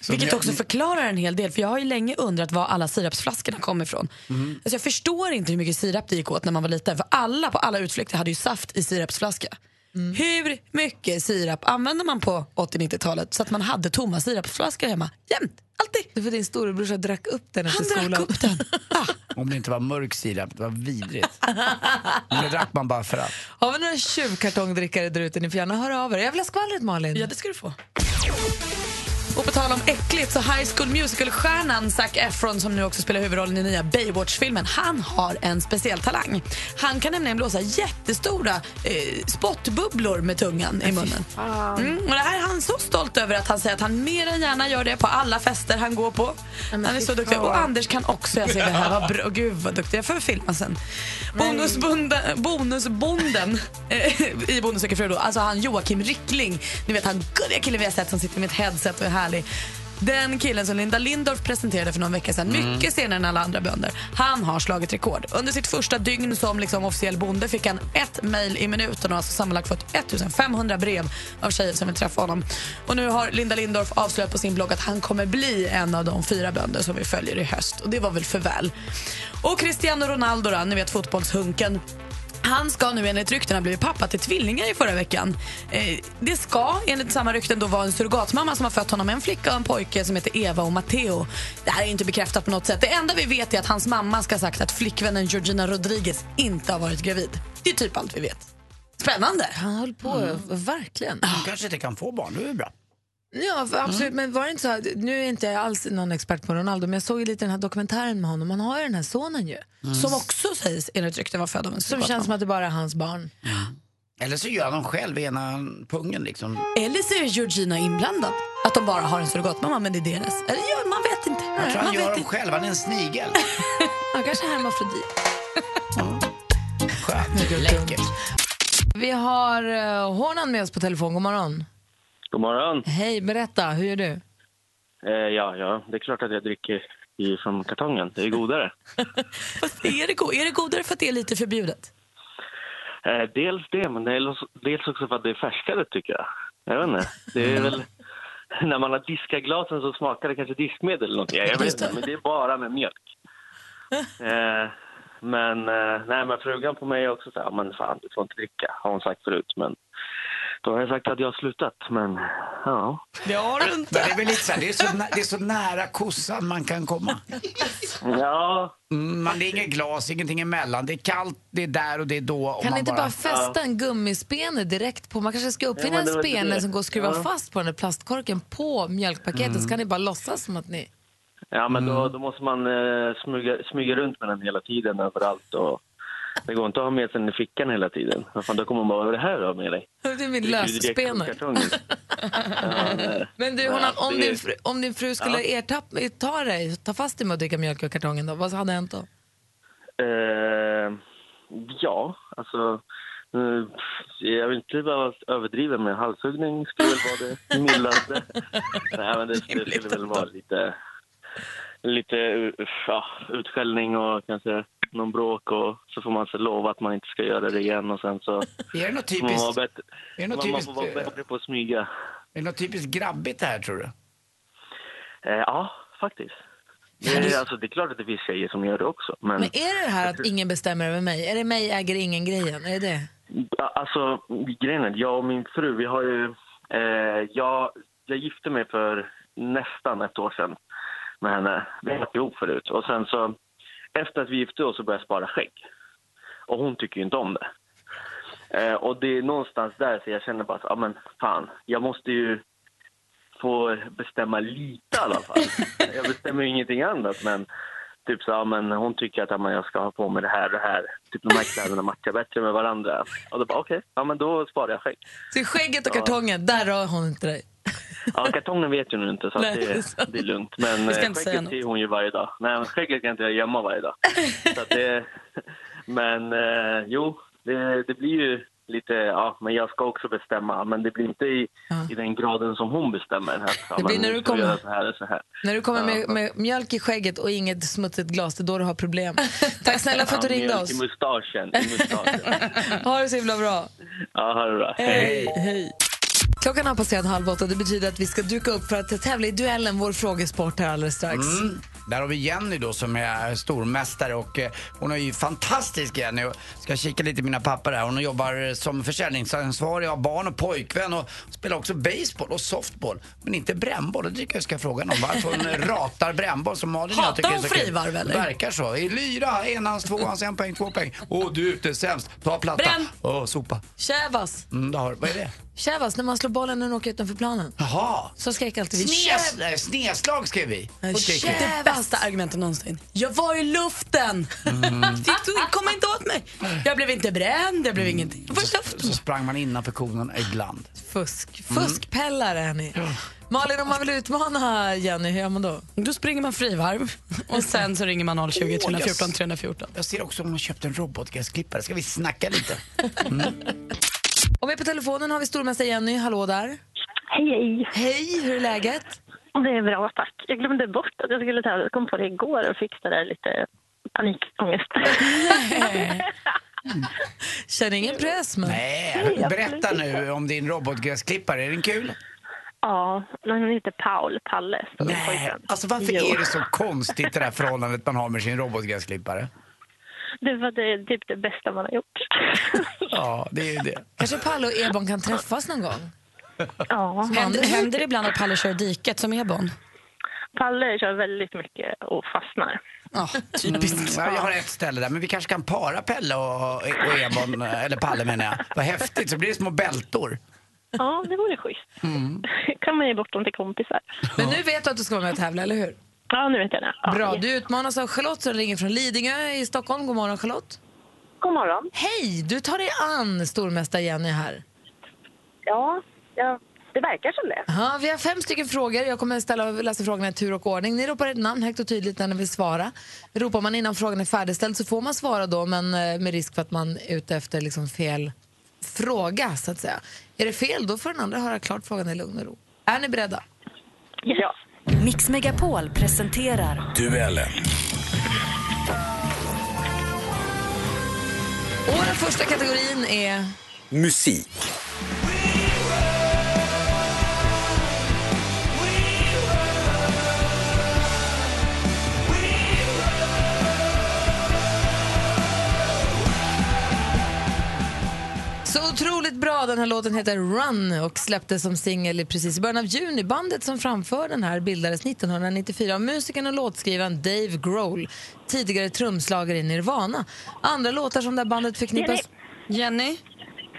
Så
Vilket
jag-
också förklarar en hel del, för jag har ju länge undrat var alla sirapsflaskorna kommer ifrån. Alltså jag förstår inte hur mycket sirap det gick åt när man var liten, för alla på alla utflykter hade ju saft i sirapsflaska. Hur mycket sirap använde man på 80-90-talet så att man hade tomma sirapsflaskor hemma jämt? Alltid.
Det är för din storebrorsa drack upp den efter
Han
skolan.
drack upp den. [LAUGHS] Ah.
Om det inte var mörk sirap, det var vidrigt. Men det drack man bara för att.
Har vi några tjuvkartongdrickare där ute? Ni får gärna höra av er. Jag vill ha skvallret Malin.
Ja, det ska du få.
Och på tal
tal om äckligt så High School Musical-stjärnan Zac Efron som nu också spelar huvudrollen i nya Baywatch-filmen, han har en speciell talang. Han kan nämligen blåsa jättestora eh, spottbubblor med tungan i munnen. Mm, och det här är han så stolt över att han säger att han mer än gärna gör det på alla fester han går på. Han är så duktig. Och Anders kan också göra sig det här. Vad bra. Gud vad duktig. Jag får filma sen. Bonusbonden, bonusbonden eh, i Bonde söker fru då, alltså han Joakim Rickling. Ni vet han gulliga killen vi har sett som sitter med ett headset och är härlig. Den killen som Linda Lindorff presenterade för någon vecka sedan,
Mm.
mycket senare än alla andra bönder, han har slagit rekord. Under sitt första dygn som liksom officiell bonde fick han ett mejl i minuten och har alltså sammanlagt fått 1500 brev av tjejer som vill träffa honom. Och nu har Linda Lindorff avslöjat på sin blogg att han kommer bli en av de fyra bönder som vi följer i höst. Och det var väl för väl. Och Cristiano Ronaldo då, ni vet fotbollshunken. Han ska nu enligt ryktena bli pappa till tvillingar i förra veckan. Eh, det ska enligt samma rykten då vara en surrogatmamma som har fött honom en flicka och en pojke som heter Eva och Matteo. Det här är inte bekräftat på något sätt. Det enda vi vet är att hans mamma ska ha sagt att flickvännen Georgina Rodriguez inte har varit gravid. Det är typ allt vi vet. Spännande!
Han höll på, verkligen.
Hon kanske inte kan få barn, det är ju bra.
Ja, för absolut. Men var det inte så här, nu är inte jag alls någon expert på Ronaldo, men jag såg ju lite den här dokumentären med honom. Han har ju den här sonen ju.
Mm.
Som
också sägs enligt rykten vara född av en
Som känns som att det bara är hans barn.
Eller så gör han dem själv i ena pungen liksom.
Eller så är Georgina inblandad. Att de bara har en surrogatmamma men det är deras. Eller ja, man vet inte.
Jag tror han
man
gör
vet
dem själv, han är en snigel.
Han kanske är hermafrodit.
Skönt, läckert.
Vi har uh, Hånan med oss på telefon. God morgon.
God morgon.
Hej, berätta. Hur är du?
Eh, ja, ja, det är klart att jag dricker i, från kartongen. Det är godare.
Är det, go- är det godare för att det är lite förbjudet?
Eh, dels det, men det är, dels också för att det är färskare, tycker jag. Jag vet inte. Det är väl... [LAUGHS] När man har diskat glasen så smakar det kanske diskmedel eller någonting. Ja, Jag vet
Just det.
inte, men det är bara med
[LAUGHS]
mjölk. Eh, men, eh, nej, men frugan på mig är också så här, men fan, du får inte dricka, har hon sagt förut. Men då har jag sagt att jag har slutat, men ja.
Det har du inte.
Det är väl lite så här, det är så, nä- det är så nära kossan man kan komma. Mm,
Ja.
Man, det är inget glas, ingenting emellan. Det är kallt, det är där och det är då. och
Kan
man
ni inte bara fästa en gummispene direkt på? Man kanske ska uppfinna
Ja, men det
en
var lite
spene
det.
som går att skruva
Ja. Mm.
fast på den där plastkorken på mjölkpaketet så kan ni bara låtsas som att ni... [LAUGHS]
Ja, men då,
Mm.
då måste man eh, smyga, smyga runt med den hela tiden överallt. Och det går inte att ha med sig den i fickan hela tiden. Vad fan, då kommer man bara, vad är det här du har med dig?
Det är min
Du dricker ju direkt ur
lösspene. [LAUGHS]
kartongen. Ja, nej.
Men du,
Nej,
Honan, om,
det-
din fru, om din fru skulle ertapp, ta dig, ta fast dig med att dricka mjölk ur kartongen då, vad hade hänt då?
Eh, ja, alltså... eh, Jag vill inte vara överdriven med halshuggning skulle väl vara
[LAUGHS]
det mildaste. Nej, men det, det skulle väl vara lite, lite uh, ja, utskällning och kanske någon bråk och så får man så lova att man inte ska göra det igen och sen så...
Är det något
får Man, vara
[LAUGHS] typiskt,
bättre,
är det något
man, man får
typiskt,
vara
eh,
bättre på att smyga.
är det något typiskt grabbigt det här tror du?
Eh, ja, faktiskt. Det är, alltså, det är klart att det finns tjejer som gör det också. Men,
Men är det det här att ingen bestämmer över mig? Är det mig äger ingen grejen? Är det det?
Alltså, grejen är, jag och min fru, vi har ju... Eh, jag, jag gifte mig för nästan ett år sedan med henne. Vi har varit ihop förut. Och sen så, efter att vi gifte oss så började jag spara skägg. Och hon tycker ju inte om det. Eh, och det är någonstans där så jag känner bara att, ja men fan, jag måste ju få bestämma lite i alla fall. jag bestämmer ju ingenting annat men typ så, ja men hon tycker att ja, men jag ska ha på mig det här och det här. Typ de här kläderna matchar bättre med varandra. Och då bara okej, ja men då sparar jag skägg.
Så skägget och
Ja.
kartongen, där rör hon inte dig.
Ja, kartongen vet ju nu inte så att
Nej, det är
det,
sant.
det är lugnt. Men
Vi ska
eh,
inte säga
skägget ser hon ju varje dag. Nej, men skägget kan inte jag gömma varje dag. Så att det, [LAUGHS] men eh, jo, det, det blir ju lite, ja, men jag ska också bestämma. Men det blir inte i, i den graden som hon bestämmer. Att, ja,
Det blir
men
när
nu
du
ska vi
kommer-
göra Så här och så här.
När du kommer
Ja,
med, med mjölk i skägget och inget smutsigt glas, det är då du har
[LAUGHS]
problem. Tack snälla för att du
Ja,
ringde
mjölk
oss.
i mustaschen. I
[LAUGHS]
mustaschen.
Ha det så himla bra.
ja, ha det bra.
Hej. Klockan har passerat halv åtta. Det betyder att vi ska duka upp för att tävla i duellen, vår frågesport här alldeles strax.
Mm. Där har vi Jenny då som är stormästare och eh, hon är ju fantastisk Jenny. Jag ska kika lite i mina papper här. Hon jobbar som försäljningsansvarig, har barn och pojkvän och spelar också baseball och softball. Men inte brännboll. Det tycker jag ska fråga någon varför
[LAUGHS]
hon ratar brännboll som Malin och
Hatar
jag tycker är
hon
så kul.
frivarv, eller?
Verkar så. I lyra, enhands, tvåhands, en poäng, två poäng. Åh, du är ute sämst. Ta platta.
Bränn!
Åh, sopa.
Kävas!
Mm, det har, vad är det?
Kävas, när man slår bollen när den åker utanför planen.
Jaha.
Så skrek alltid vi
Snes, nej, sneslag skrev vi.
Nej,
Och det är kul.
Det bästa argumentet någonsin. Jag var i luften! Fick du kom inte åt mig. Jag blev inte bränd, jag blev ingenting. Jag var i luften.
Så sprang man innanför konen ibland.
Fusk. Fuskpellare är ni. Malin, om man vill utmana Jenny, hur gör man då?
Då springer man frivarv och sen så ringer man 020 314 314.
Jag ser också om man köpt en robotgräsklippare. Ska vi snacka lite?
Och med på telefonen har vi stormästare Jenny. Hallå där.
Hej, hej.
Hej, hur är läget?
Det är bra, tack. Jag glömde bort att jag skulle ta Jag kom på det igår och fick det där lite
[LAUGHS]
panikångest.
Känner ingen press, men...
Nej, berätta nu om din robotgräsklippare. Är den kul?
ja, men han heter Paul, Palle. så det är
Nej.
pojken.
Alltså varför
Jo.
är det så konstigt det där förhållandet man har med sin robotgräsklippare?
Det var det, typ det bästa man har
[LAUGHS]
gjort.
Ja, det är ju det.
Kanske Palle och Ebon kan träffas någon gång?
Ja.
Händer, händer det ibland att Palle kör i diket som Ebon?
Palle kör väldigt mycket och fastnar.
Ja, typ.
typiskt. Mm, jag har ett ställe där, men vi kanske kan para Pelle och, och Ebon, eh, eller Palle menar jag. Vad häftigt, så blir det små bältor.
Ja, det vore schysst.
Mm.
[LAUGHS] kan man ge bort dem till kompisar.
Men nu vet du att du ska vara med och tävla, eller hur?
Ja, nu vet jag det. Ja,
Bra. Du utmanas av Charlotte som ringer från Lidingö i Stockholm. God morgon, Charlotte.
God morgon.
Hej! Du tar dig an stormästare Jenny här.
Ja, ja, det verkar som det.
Ja, vi har fem stycken frågor. Jag kommer ställa läsa frågorna i tur och ordning. Ni ropar ett namn högt och tydligt när ni vill svara. Ropar man innan frågan är färdigställd så får man svara då, men eh, med risk för att man är ute efter liksom fel fråga, så att säga. Är det fel, då får den andra höra klart frågan i lugn och ro. Är ni beredda?
Ja.
Mix Megapol presenterar
Duellen.
Och den första kategorin är...
Musik.
Så otroligt bra. Den här låten heter Run och släpptes som singel precis i början av juni. Bandet som framför den här bildades 1994 av musikern och låtskrivaren Dave Grohl, tidigare trumslagare i Nirvana. Andra låtar som det här bandet förknippas...
Jenny?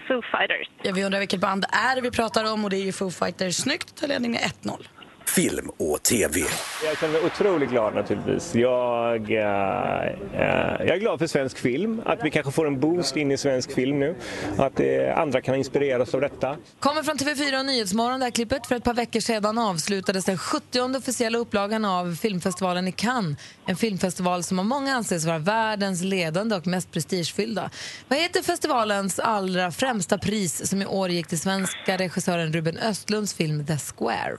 Foo Fighters.
Ja, vi undrar vilket band det är vi pratar om och det är ju Foo Fighters. Snyggt, ta ledning med 1-0.
Film och TV.
Jag känner mig otroligt glad naturligtvis. Jag, eh, eh, jag är glad för svensk film, att vi kanske får en boost in i svensk film nu. Att eh, andra kan inspireras av detta.
Kommer från TV4 och Nyhetsmorgon, det här klippet. För ett par veckor sedan avslutades den 70 officiella upplagan av filmfestivalen i Cannes. En filmfestival som av många anses vara världens ledande och mest prestigefyllda. Vad heter festivalens allra främsta pris som i år gick till svenska regissören Ruben Östlunds film The Square?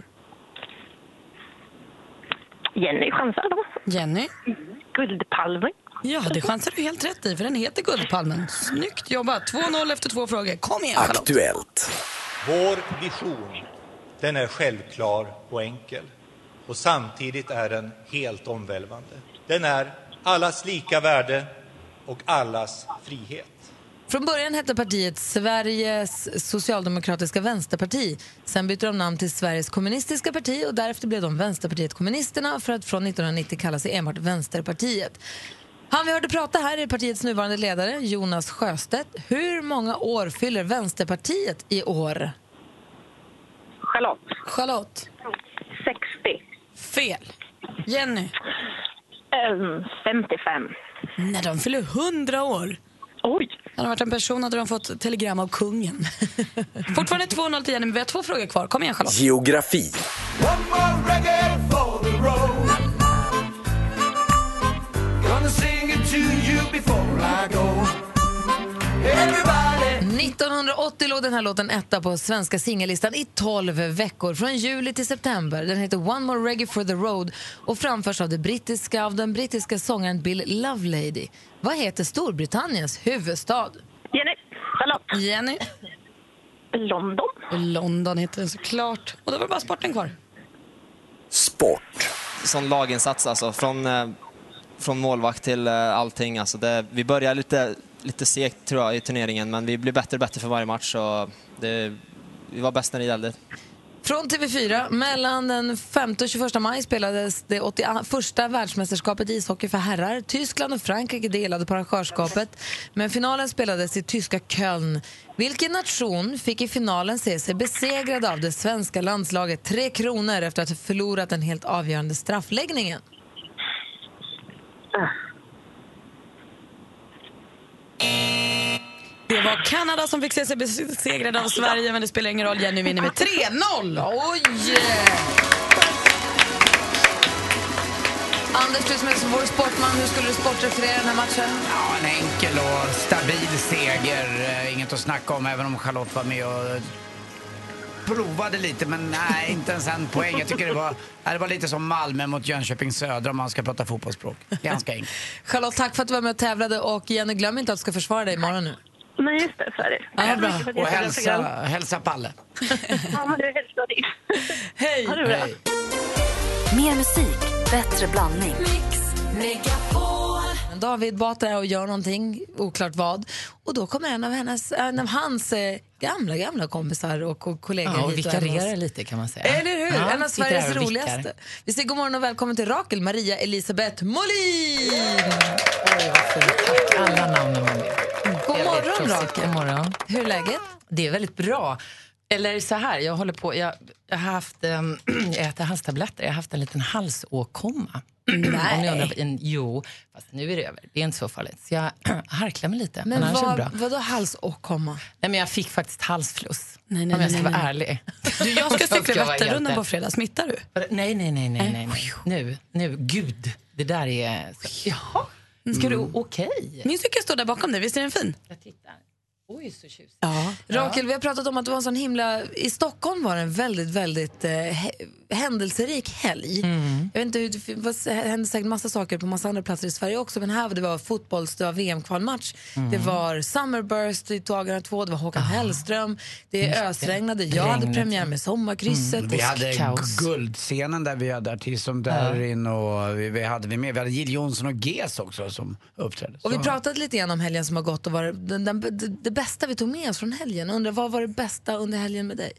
Jenny chansar då.
Jenny?
Guldpalmen.
Ja, det chansar du helt rätt i, för den heter Guldpalmen. Snyggt jobbat! 2-0 efter två frågor. Kom igen, Charlotte!
Aktuellt.
Vår vision, den är självklar och enkel. Och samtidigt är den helt omvälvande. Den är allas lika värde och allas frihet.
Från början hette partiet Sveriges socialdemokratiska vänsterparti. Sen bytte de namn till Sveriges kommunistiska parti och därefter blev de Vänsterpartiet kommunisterna för att från 1990 kalla sig enbart Vänsterpartiet. Han vi hörde prata här är partiets nuvarande ledare Jonas Sjöstedt. Hur många år fyller Vänsterpartiet i år?
Charlotte.
Charlotte.
60.
Fel. Jenny.
Ehm, 55.
Nej, de fyller 100 år.
Oj!
Hade de varit en person hade de fått telegram av kungen. [LAUGHS] Fortfarande 2-0 till Jenny, men vi har två frågor kvar. Kom igen, Charlotte.
Geografi.
Gonna sing it to you before I go. Everybody.
1980 låg den här låten etta på svenska singellistan i 12 veckor, från juli till september. Den heter One More Reggae for the Road och framförs av, det brittiska, av den brittiska sångaren Bill Lovelady. Vad heter Storbritanniens huvudstad?
Jenny. Charlotte.
Jenny.
London.
London heter den såklart. Och då var det bara sporten kvar.
sport. Sån laginsats alltså, från, eh, från målvakt till eh, allting. Alltså det, vi börjar lite, lite segt tror jag i turneringen men vi blir bättre och bättre för varje match. Och det, vi var bäst när det gällde.
Från TV4, mellan den 5 och 21 maj spelades det 81 världsmästerskapet i ishockey för herrar. Tyskland och Frankrike delade på arrangörskapet, men finalen spelades i tyska Köln. Vilken nation fick i finalen se sig besegrad av det svenska landslaget Tre Kronor efter att ha förlorat den helt avgörande straffläggningen?
Det var Kanada som fick se sig besegrade av Sverige, men det spelar ingen roll. Jenny vinner med 3-0.
Oj! Anders, du som är vår sportman, hur skulle du sportreferera den här matchen?
Ja, en enkel och stabil seger. Eh, Inget att snacka om, även om Charlotte var med och provade lite, men nej, inte ens en poäng. Jag tycker det var, nej, det var lite som Malmö mot Jönköping Södra om man ska prata fotbollsspråk. Ganska enkelt.
[LAUGHS] Charlotte, tack för att du var med och tävlade. Och Jenny, glöm inte att du ska försvara dig imorgon nu.
Nej, just det. Så är det.
Ja,
Tack
bra.
så mycket för ett
Och
jättebra
hälsa,
program.
hälsa Palle.
Ja, men du hälsar dit.
Hej!
Ha det bra.
Hej.
Mer musik, bättre blandning.
David Batra är och gör någonting, oklart vad. Och då kommer en av, hennes, en av hans eh, gamla, gamla kompisar och, och kollegor
Ja, och
hit
vikarierar
även oss.
lite kan man säga.
Eller hur?
Ja,
en av
sitter här
Sveriges
och vickar.
roligaste. Vi säger god morgon och välkommen till Rakel Maria Elisabeth Molin!
Alla namnen man vill. Jag
God
vet,
morgon,
proffsigt.
Rakel.
God morgon.
Hur är läget?
Det är väldigt bra. Eller så här, jag håller på, jag, jag har haft, ehm, [CLEARS THROAT] jag äter halstabletter, jag har haft en liten halsåkomma. Om ni undrar, vad- en, jo, fast nu är det över. Det är inte så farligt. Så jag [CLEARS THROAT] harklar mig lite. Men,
Men
annars är det
vad,
bra.
vadå halsåkomma?
Nej, men jag fick faktiskt halsfluss.
Nej, nej,
om jag ska
nej,
vara
nej.
ärlig. [LAUGHS]
Du, jag ska
Om jag
cykla
vara
Vätternrundan
hjälte.
på fredag. Smittar du?
Nej, nej, nej, nej, nej.
Äh.
nej. Nu, nu, gud. Det där är... Jaha. Ska du,
Mm.
okej.
Min cykel står där bakom dig. Visst är den fin?
Jag tittar. Oj, så tjusig.
Ja.
Rakel, vi har pratat om att det var en sån himla... I Stockholm var det en väldigt, väldigt eh, he- händelserik helg.
Mm.
Jag vet inte hur, det var- det hände säkert massa saker på massa andra platser i Sverige också, men här var det var fotbolls, det var VM-kvalmatch,
Mm. Ah.
det var Summerburst i dagarna två, det var Håkan Hellström, det ösregnade, jag hade
Regnet.
premiär med Sommarkrysset.
Mm.
Vi hade guldscenen där vi hade artister som Darin och vi, vi hade vi med. Vi hade Jill Johnson och Ges också som uppträdde.
Och vi
Så-
pratade lite grann om helgen som har gått och var den, den, det, det bästa vi tog med oss från helgen. Undrar, vad var det bästa under helgen med dig?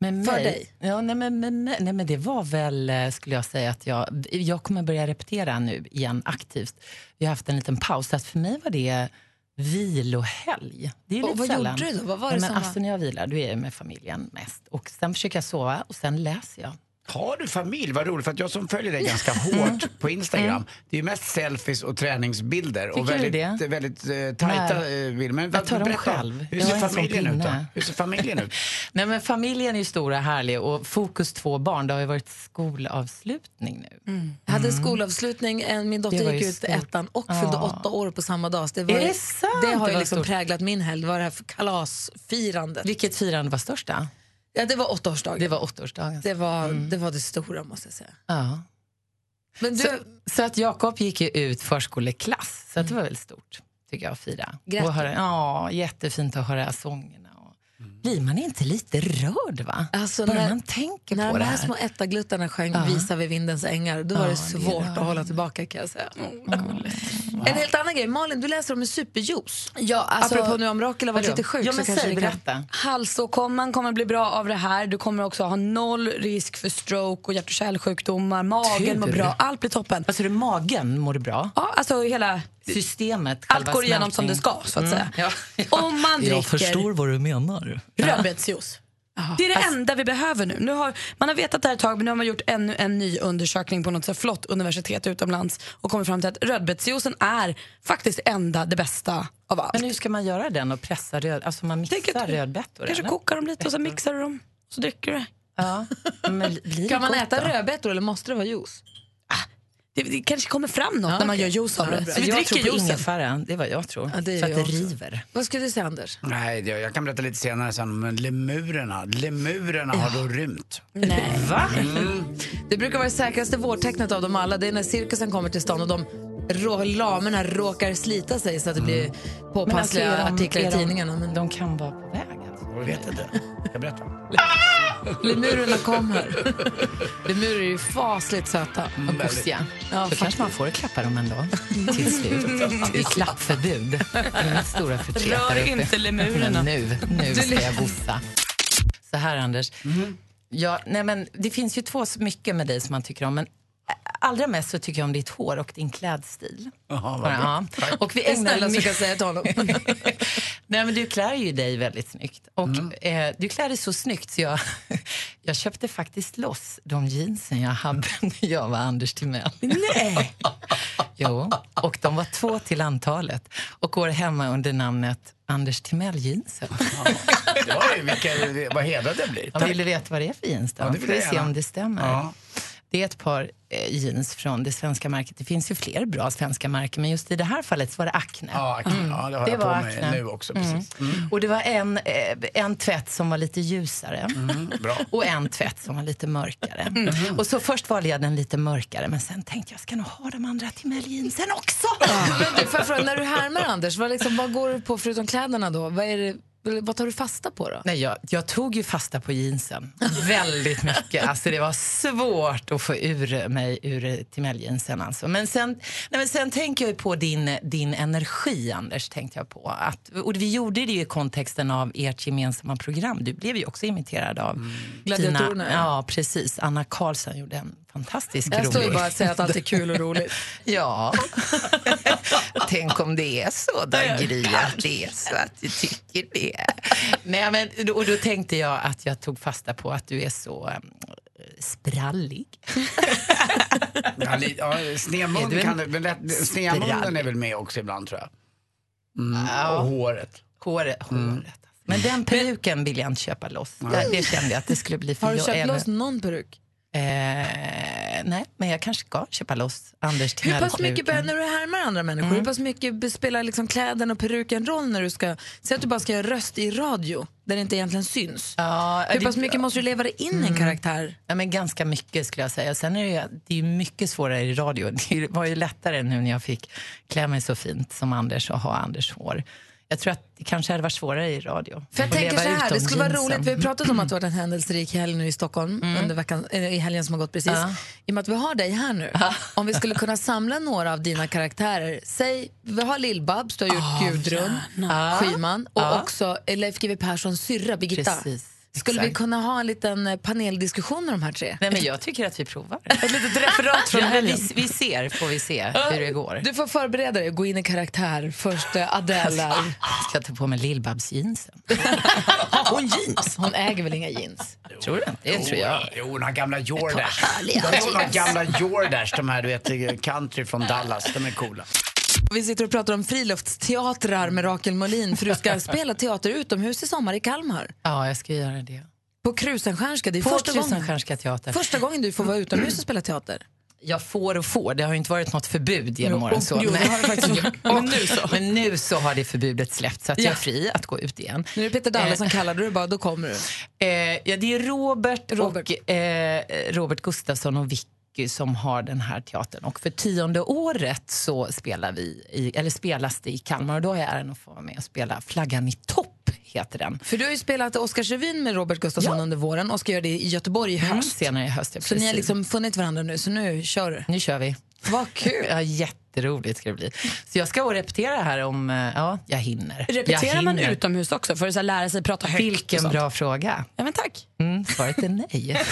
Med mig?
För dig?
Ja, nej, men, men, men- nej, men det var väl, eh, skulle jag säga, att jag, jag kommer börja repetera nu igen aktivt. Vi har haft en liten paus, så att för mig var det vilohelg. Det är
Och
lite
vad
sällan.
gjorde du då? Vad var det
nej,
som
men,
var-
alltså, när jag vilar, då är jag med familjen mest. Och sen försöker jag sova och sen läser jag.
Har du familj? Vad roligt, för att jag som följer dig ganska hårt
[LAUGHS]
på Instagram,
Mm.
det är ju mest selfies och träningsbilder.
Tycker
och
du
väldigt,
det?
väldigt eh, tajta
Nej.
eh, bilder. Men
Jag tar dem
berätta,
själv.
Hur
Jag
ser
är en sån
familjen ut då?
kvinna.
Hur ser
[LAUGHS]
familjen ut?
Nej, men familjen är ju stor och härlig och fokus två barn. Det har ju varit skolavslutning nu.
Jag hade skolavslutning, en- min
Mm. Det
dotter
var
gick
ju
ut
stort.
ettan och
Ja.
fyllde åtta år på samma dag. Så det, var,
Är
ju-
det sant?
det har
Det
ju
var
liksom
stort.
präglat min helg. Det var det här för kalasfirandet.
Vilket firande var störst? då?
Ja, det var åttaårsdagen.
Det var åttaårsdagen. Mm.
Det var, det var det stora måste jag säga.
Ja.
Men
så, så att Jakob gick ju ut förskoleklass, så att det var väl stort tycker jag att fira.
Grattis.
Och höra, ja, jättefint att höra sångerna. Och, blir man inte lite rörd va?
Alltså,
Bara
när-
man tänker
När
på
de
det
här
här.
små ettagluttarna sjöng
Ja.
Visa vid vindens ängar, då var
Ja, det
det
är
svårt att
rörande.
hålla tillbaka kan jag säga. En helt annan grej, Malin du läser om en superjuice.
Ja, alltså-
Apropå nu om Rakel har varit
Vadå?
lite sjuk
Ja,
så
men
kanske
säg,
vi kan...
berätta.
Alltså,
Halsåkomman kommer bli bra av det här. Du kommer också ha noll risk för stroke och hjärt och kärlsjukdomar. Magen mår
Tur.
bra. Allt blir toppen.
Alltså, det magen mår bra?
Ja, alltså hela...
Systemet,
Allt går igenom som det ska, så att säga.
Mm.
Om man dricker...
vad du menar.
Rödbetsjuice. Det är det enda vi behöver nu. nu har, man har vetat det här ett tag men nu har man gjort ännu en ny undersökning på något så flott universitet utomlands och kommit fram till att rödbetsjuicen är faktiskt enda, det bästa av allt.
Men hur ska man göra den och pressa röd... Alltså man mixar rödbetor?
Kanske
eller?
kokar dem lite och så mixar du dem så dricker du det.
Ja. Men
[LAUGHS]
blir
Kan
det
man
gott
äta
då? Ah.
rödbetor eller måste det vara juice?
Det, det kanske kommer fram något när man gör juice av det. Så vi
jag
dricker
tror på
juicen.
ingefäran, det är vad jag tror.
det
så
gör
att det
jag också.
river.
Vad skulle du säga Anders?
Nej, det- jag kan berätta lite senare sen om lemurerna. Lemurerna har då rymt.
Nej.
Va?
Det brukar vara det säkraste vårtecknet av dem alla. Det är när cirkusen kommer till stan och de rå, lamerna råkar slita sig så att det blir påpassliga
Men alltså, är de-
artiklar i
är de-
tidningarna. Men
de kan vara på väg.
Jag vet inte. Jag berättar.
Lemurerna kommer. [LAUGHS] Lemurer är ju fasligt söta och
väldigt.
gosiga.
Ja,
Mm, Ja,
Då kanske man får klappa dem ändå, till slut. Det är klappförbud. Det är mitt stora förtret
[LAUGHS] Rör
där uppe.
inte lemurerna.
Men Nu, nu
Du-
ska jag gossa. Så här, Anders. Ja, nej men det finns ju två så mycket med dig som man tycker om. Men allra mest så tycker jag om ditt hår och din klädstil.
Jaha,
Bara, ja. Och vi
Det är snälla
ägnade
som kan
mycket...
säga till [LAUGHS] honom.
Nej, men du klär ju dig väldigt snyggt. Och eh, du klär dig så snyggt så jag, [LAUGHS] jag köpte faktiskt loss de jeansen jag hade [LAUGHS] när jag var Anders Timell.
Nej!
[LAUGHS] jo, och de var två till antalet och går hemma under namnet Anders Timell jeansen.
Oj, vilken, vad hedrad jag blir.
Jag vill du veta vad det är för jeans då?
Ja, det vill
Får vi
jag
se
gärna.
om det stämmer.
Ja.
Det är ett par eh, jeans från det svenska märket. Det finns ju fler bra svenska märken, men just i det här fallet så var det Acne.
Ja, Acne.
Mm.
Ja, det har jag på mig nu också, precis.
Och det var en, eh, en tvätt som var lite ljusare och en tvätt som var lite mörkare.
Mhm.
Och så först valde jag den lite mörkare, men sen tänkte jag, ska nog ha de andra Timell jeansen också.
Men du, får jag fråga, när du härmar Anders, vad, liksom, vad går du på förutom kläderna då? Vad, är det, vad tar du fasta på då?
Nej, jag, jag tog ju fasta på jeansen väldigt mycket. Alltså, det var svårt att få ur mig ur Timell-jeansen. Alltså. Men, sen, nej, men sen tänker jag ju på din, din energi, Anders. Tänkte jag på. Att, och vi gjorde det ju i kontexten av ert gemensamma program. Du blev ju också imiterad av
Gladiatorerna,
Tina.
ja.
Mm. Ja, precis. Anna Karlsson gjorde en fantastisk
Jag står ju
rolig-
bara och säger att allt är [LAUGHS] kul och roligt.
[LAUGHS] ja. Tänk om det är så, där Gry, att det är så att du tycker det. Nej, men, och då tänkte jag att jag tog fasta på att du är så eh, sprallig.
Ja, li- ja,
Är du
Snedmun
en
kan du, men lätt- snedmunnen
sprall?
är väl med också ibland tror jag. Mm.
Ja.
Och håret.
Håret. håret. Mm. Men den peruken vill jag inte köpa loss. Det, det kände jag att det skulle bli för
Har du
jag
köpt
är-
loss någon peruk?
Eh, nej, men jag kanske ska köpa loss Anders
Hur pass
Timell-peruken.
mycket, bör- när du härmar andra människor,
Mm.
hur pass mycket be- spelar liksom kläderna och peruken roll när du ska, säg att du bara ska göra röst i radio, där det inte egentligen syns.
Ja,
hur
det- Mm.
pass mycket måste du leva dig in i en karaktär?
Ja, men ganska mycket skulle jag säga. Sen är det, ju, det är ju mycket svårare i radio. [LAUGHS] Det var ju lättare nu när jag fick klä mig så fint som Anders och ha Anders hår. Jag tror att det kanske hade varit svårare i radio.
För jag
Att
tänker
leva
så
ut
här,
de
det skulle vara
jeansen.
roligt, vi har pratat om att det har varit en händelserik helg nu i Stockholm under veckan, eh, i helgen som har gått precis.
Mm. Ja.
I och med att vi har dig här nu, om vi skulle kunna samla några av dina karaktärer. Säg, vi har Lill-Babs, du har gjort Gudrun,
Ja.
Schyman och
Ja.
också eh, Leif GW Perssons syrra Birgitta.
Precis,
Skulle vi
exakt.
kunna ha en liten eh, paneldiskussion med de här tre?
Nej, men jag tycker att vi provar.
Ett litet referat från
Ja, men
helgen.
vi, vi ser, får vi se hur det går.
Du får förbereda dig och gå in i karaktär. Först eh, Adele här.
Ska jag ta på mig Lill-Babs jeansen?
Har hon jeans? Hon äger väl inga jeans?
Tror du inte? Det tror jag.
Jo, några gamla Jordans.
härliga
De har några
jeans.
gamla Jordans, de här du vet, country från Dallas. De är coola.
Vi sitter och pratar om friluftsteatrar med Rakel Molin för
[LAUGHS]
du ska spela teater utomhus i sommar i Kalmar.
Ja, jag ska göra det.
På Krusenstjärnska, det är
På
första gången.
Krusenstjärnska teatern.
Första gången du får vara utomhus och spela teater.
Jag får och får, det har ju inte varit något förbud genom
Jo,
åren. Så.
jo, det har det
[LAUGHS]
faktiskt gjort.
men, nu så. men nu så har det förbudet släppt så att jag
Ja.
är fri att gå ut igen.
Nu är det Peter Dalle som
Eh.
kallar du bara, då kommer du.
Eh, ja, det är Robert, och eh, Robert Gustafsson och Vicky som har den här teatern. Och för tionde året så spelar vi i, eller spelas det i Kalmar och då har jag äran att få vara med och spela Flaggan i topp, heter den.
För du har ju spelat Oscarsrevyn med Robert Gustafsson under våren och ska göra det i Göteborg i höst.
Mm, Senare i höst, ja,
Så ni har
precis.
liksom funnit varandra nu, så nu kör du.
Nu kör vi.
Vad kul!
[LAUGHS] Ja, jätteroligt ska det bli. Så jag ska och repetera här om, eh, ja, jag hinner.
Repeterar
jag
man
hinner.
utomhus också för att så här lära sig prata högt? och
Vilken
sånt?
bra fråga.
Ja, men tack.
Mm, svaret är nej.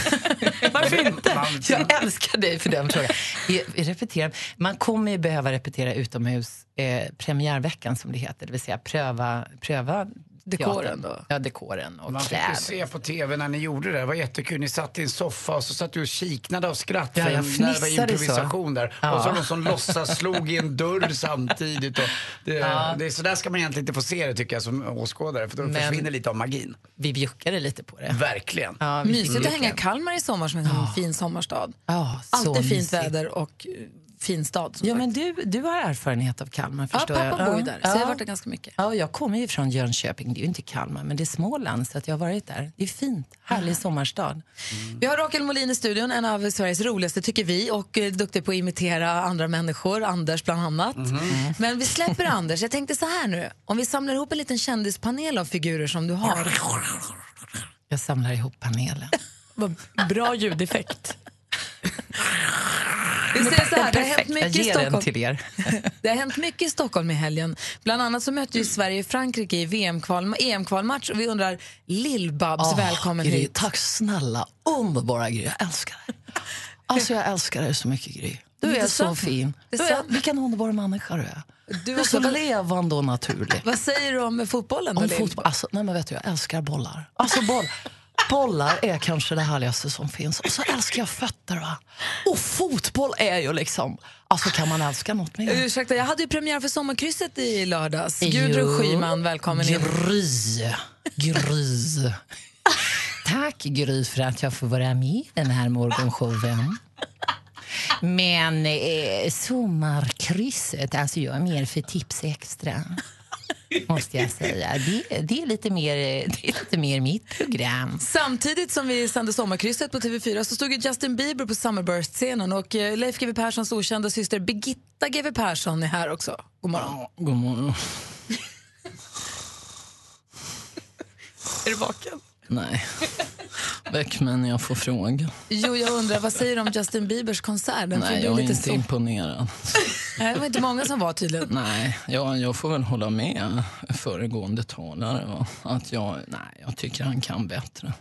Varför inte? Jag älskar dig för den frågan. I- i Repetera. Man kommer ju behöva repetera utomhus eh, premiärveckan, som det heter. Det vill säga pröva, pröva
Dekoren
teatern. Ja, dekoren och
Man fick ju
kläder.
se på tv när ni gjorde det. Det var jättekul. Ni satt i en soffa och så satt du och kiknade av skratt.
Ja,
för
jag
när det var
fnissade så.
improvisation där.
Ja.
Och så de som låtsas slog i
[LAUGHS]
en dörr samtidigt. Och det,
Ja.
det, så där ska man egentligen inte få se det tycker jag som åskådare. För då
Men-
försvinner lite av magin.
Vi bjuckade lite på det.
Verkligen.
Ja, vi
Mysigt att
fick-
hänga i Kalmar i sommar som en fin sommarstad.
Ja, Ah. så
Alltid fint
mysigt.
väder och eh, fin stad. Som
Ja,
sagt.
men du, du har erfarenhet av Kalmar,
Ja,
förstår jag.
pappa bor ju där, så jag har varit där
ja.
ganska mycket.
Ja, och jag kommer ju från Jönköping, det är ju inte Kalmar, men det är Småland, så att jag har varit där. Det är fint, härlig sommarstad.
Vi har Rakel Molin i studion, en av Sveriges roligaste tycker vi och eh, duktig på att imitera andra människor, Anders bland annat.
Mm.
Men vi släpper Anders. Jag tänkte så här nu, om vi samlar ihop en liten kändispanel av figurer som du har.
Jag samlar ihop panelen.
Vad bra ljudeffekt.
Vi säger så här, det har hänt
Perfekt, jag
mycket i
ger den
Stockholm.
till er.
[LAUGHS] Det har hänt mycket i Stockholm i helgen. Bland annat så mötte ju Sverige Frankrike i VM-kval, EM-kvalmatch och vi undrar, Lill-Babs,
Åh,
Alltså, välkommen
Gry,
hit.
Tack snälla, underbara Gry. Jag älskar dig. Alltså jag älskar dig så mycket Gry. Du
Det
är
är
så
sant.
fin.
Det är
Du är,
sant.
vilken underbar människa du är.
Du
Du är så
också-
levande och naturlig.
Vad säger du om fotbollen då,
Om
Lill?
fotboll, alltså, nej men vet du, jag älskar bollar. Alltså boll, bollar är kanske det härligaste som finns. Och så älskar jag fötter va. Och fotboll är ju liksom, alltså kan man älska något mer?
Ursäkta, jag hade ju premiär för Sommarkrysset i lördags. Gudrun
Jo.
Schyman, välkommen in.
Gry. Gry.
Tack Gry för att jag får vara med i den här morgonshowen. Men eh, sommarkrysset, alltså jag är mer för tips extra. Måste jag säga. Det, det, är lite mer, [LAUGHS] eh, det är lite mer mitt program.
Samtidigt som vi sände sommarkrysset på TV4 så stod ju Justin Bieber på Summerburst-scenen och eh, Leif GW Perssons okända syster Birgitta GW Persson är här också. God morgon.
God morgon.
Är du vaken?
Nej. Väck mig när jag får frågan.
Jo, jag undrar, vad säger du om Justin Biebers konsert? Den
Nej,
blev
jag är
lite
inte
stor.
imponerad.
Nej, det var inte många som var tydligen.
Nej, jag, jag får väl hålla med föregående talare. va. Att jag, nej, jag tycker han kan bättre.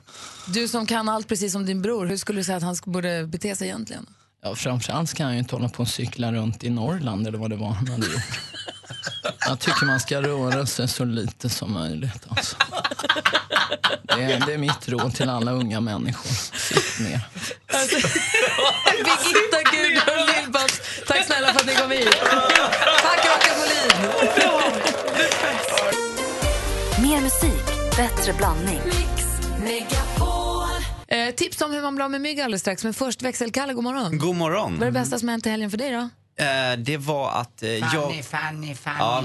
Du som kan allt precis som din bror, hur skulle du säga att han sk- borde bete sig egentligen?
Ja, framförallt kan han ju inte hålla på och cykla runt i Norrland eller vad det var han hade gjort. Jag tycker man ska röra sig så lite som möjligt. Alltså. Det, är, det är mitt råd till alla unga människor. Sitt ner.
Birgitta, Gudrun och Lill-Babs, tack snälla för att ni kom hit. Tack Håkan Molin.
Mer musik, bättre blandning.
Eh, tips om hur man blir av med mygg alldeles strax, men först växelkalle, god morgon.
God morgon.
Vad är det bästa som hänt i helgen för dig då?
Eh, det var att eh, jag...
Fanny,
Ja,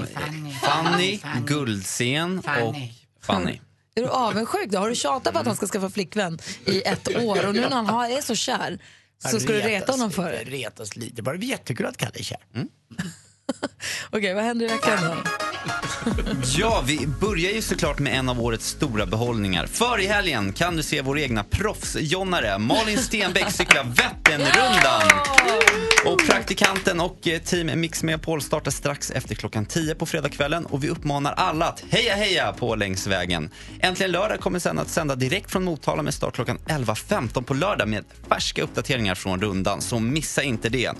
Fanny, Guldscen och
Fanny.
Fanny.
Är du avundsjuk då? Har du tjatat på att han ska skaffa flickvän i ett år och nu när han har- är så kär så ska du reta honom för
alltså.
det?
Retas lite bara. Det är jättekul att Kalle är kär.
Okej, vad händer i veckan då?
Ja, vi börjar ju såklart med en av årets stora behållningar. För i helgen kan du se vår egna proffsjonnare Malin Stenbeck cykla Vätternrundan. Och praktikanten och eh, team Mix Megapol startar strax efter klockan 10 på fredagskvällen och vi uppmanar alla att heja heja på längs vägen. Äntligen lördag kommer sen att sända direkt från Motala med start klockan 11.15 på lördag med färska uppdateringar från rundan, så missa inte det.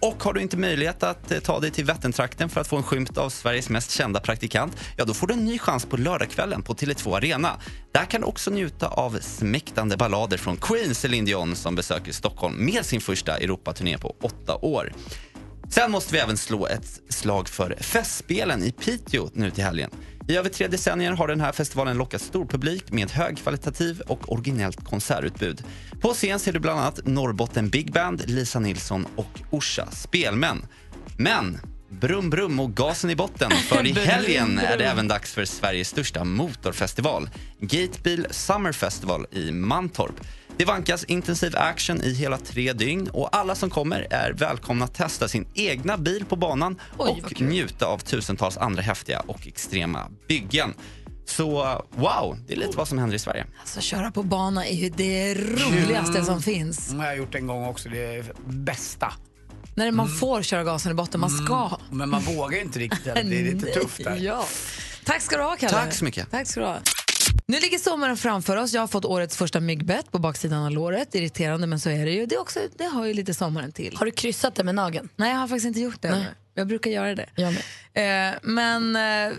Och har du inte möjlighet att eh, ta dig till Vättern-trakten för att få en skymt av Sveriges mest kända praktikant, ja då får du en ny chans på lördagskvällen på Tele2 Arena. Där kan du också njuta av smäktande ballader från Queen Celine Dion som besöker Stockholm med sin första Europaturné på åtta år. Sen måste vi även slå ett slag för Festspelen i Piteå nu till helgen. I över tre decennier har den här festivalen lockat stor publik med högkvalitativ och originellt konsertutbud. På scen ser du bland annat Norrbotten Big Band, Lisa Nilsson och Orsa Spelmän. Men brum brum och gasen i botten, för i helgen är det även dags för Sveriges största motorfestival, Gatebil Summer Festival i Mantorp. Det vankas intensiv action i hela tre dygn och alla som kommer är välkomna att testa sin egna bil på banan och njuta av tusentals andra häftiga och extrema byggen. Så wow, det är lite vad som händer i Sverige.
Alltså köra på bana är ju det roligaste som finns.
Mm, jag har gjort en gång också. Det är bästa.
När man får köra gasen i botten, man ska.
Men man vågar inte riktigt. Det är
[LAUGHS]
lite
Nej,
tufft där.
Ja. Tack ska du ha, Kalle.
Tack så mycket.
Tack ska du ha. Nu ligger sommaren framför oss. Jag har fått årets första myggbett på baksidan av låret. Irriterande, men så är det ju. Det, är också, det har ju lite sommaren till. Har du kryssat det med nageln? Nej, jag har faktiskt inte gjort det. ännu. Jag brukar göra det. Eh, men eh,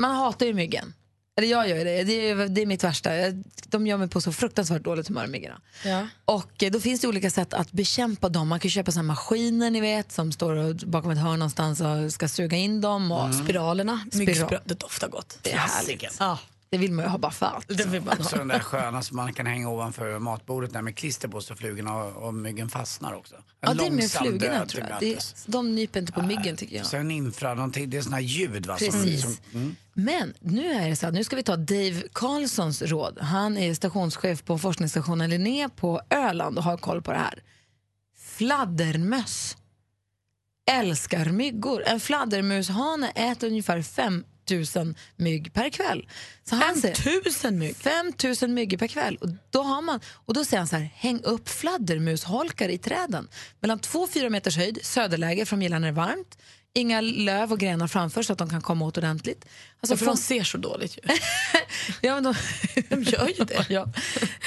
man hatar ju myggen. Eller jag gör ju det. Det är, det är mitt värsta. Jag- De gör mig på så fruktansvärt dåligt humör, myggorna.
Ja.
Och eh, då finns det olika sätt att bekämpa dem. Man kan köpa såna här maskiner ni vet som står och- bakom ett hörn någonstans och ska suga in dem. Och
Mm. Spiralerna. Myggspiral- det doftar gott.
Det är härligt. Ja, det vill man ju ha bara för allt.
Också den där sköna som man kan hänga ovanför matbordet där med klister på så flugorna och, och myggen fastnar också. En
Ja, det är med
långsam
flugorna
död
tror jag.
till
Det,
mötes.
de nyper inte på myggen tycker jag.
Sen infra någonting, det är såna här ljud va?
Precis.
Som, som, mm.
Men nu är det så att nu ska vi ta Dave Carlssons råd. Han är stationschef på forskningsstationen Linné på Öland och har koll på det här. Fladdermöss älskar myggor. En fladdermushane äter ungefär fem 000 mygg per kväll. Så han 5
000 mygg?
5 000 mygg per kväll. Och då, har man, och då säger han så här, häng upp fladdermusholkar i träden. Mellan 2-4 meters höjd, söderläge, för de gillar när det är varmt. Inga löv och grenar framför så att de kan komma åt ordentligt. Alltså,
Ja, för de ser så dåligt ju.
ja, men de, de gör ju det. [LAUGHS] ja.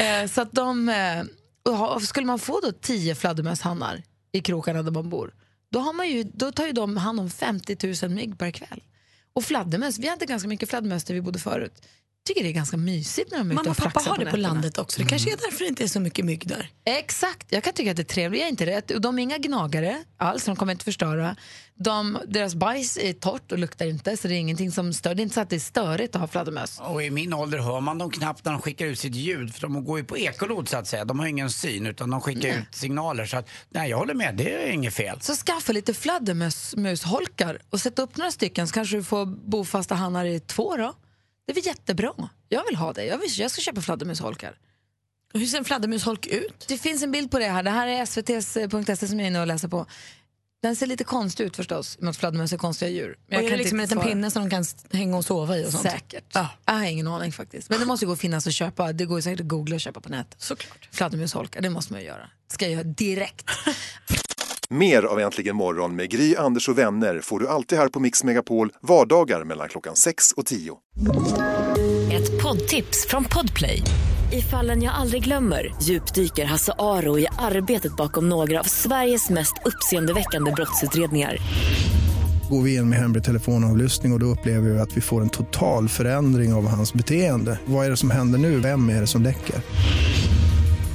eh, så att de, eh, och ha- skulle man få då 10 fladdermöshannar i krokarna där man bor, då, har man ju, då tar ju de hand om 50 000 mygg per kväll. Och fladdermöss, vi hade ganska mycket fladdermöss där vi bodde förut. tycker det är ganska mysigt när de är ute
Mamma
och
och pappa
flaxar
har det på Mm.
nätterna.
landet också. Det kanske är därför det inte är så mycket mygg där.
Exakt, jag kan tycka att det är trevligt. Jag är inte rätt. Och De är inga gnagare alls, de kommer inte förstöra. De, deras bajs är torrt och luktar inte, så det är ingenting som stör. Det är inte så att det är störigt att ha fladdermöss.
Och i min ålder hör man dem knappt när de skickar ut sitt ljud för de går ju på ekolod så att säga. De har ingen syn utan de skickar ut signaler så att nej jag håller med, det är inget fel.
Så skaffa lite fladdermusholkar och sätt upp några stycken så kanske du får bofasta hannar i två då. Det är väl jättebra. Jag vill ha det. Jag, vill, jag ska köpa fladdermusholkar.
Hur ser en fladdermusholk ut?
Det finns en bild på det här. Det här är svts.se som jag är inne och läser på. Den ser lite konstig ut förstås, i och med att fladdermöss är konstiga djur.
Och är det liksom en
inte
liten
svara.
pinne som de kan s- hänga och sova i och sånt?
Säkert. Jag har ingen aning faktiskt. Men det måste ju gå att finnas och köpa. Det går ju säkert att googla och köpa på nätet.
Såklart.
Fladdermusholkar, det måste man ju göra. ska jag göra direkt.
Mer av Äntligen morgon med Gry, Anders och vänner får du alltid här på Mix Megapol vardagar mellan klockan 6 och 10.
Ett poddtips från Podplay. I fallen jag aldrig glömmer djupdyker Hasse Aro i arbetet bakom några av Sveriges mest uppseendeväckande brottsutredningar.
Går vi in med hemlig telefonavlyssning och, och då upplever vi att vi får en total förändring av hans beteende. Vad är det som händer nu? Vem är det som läcker?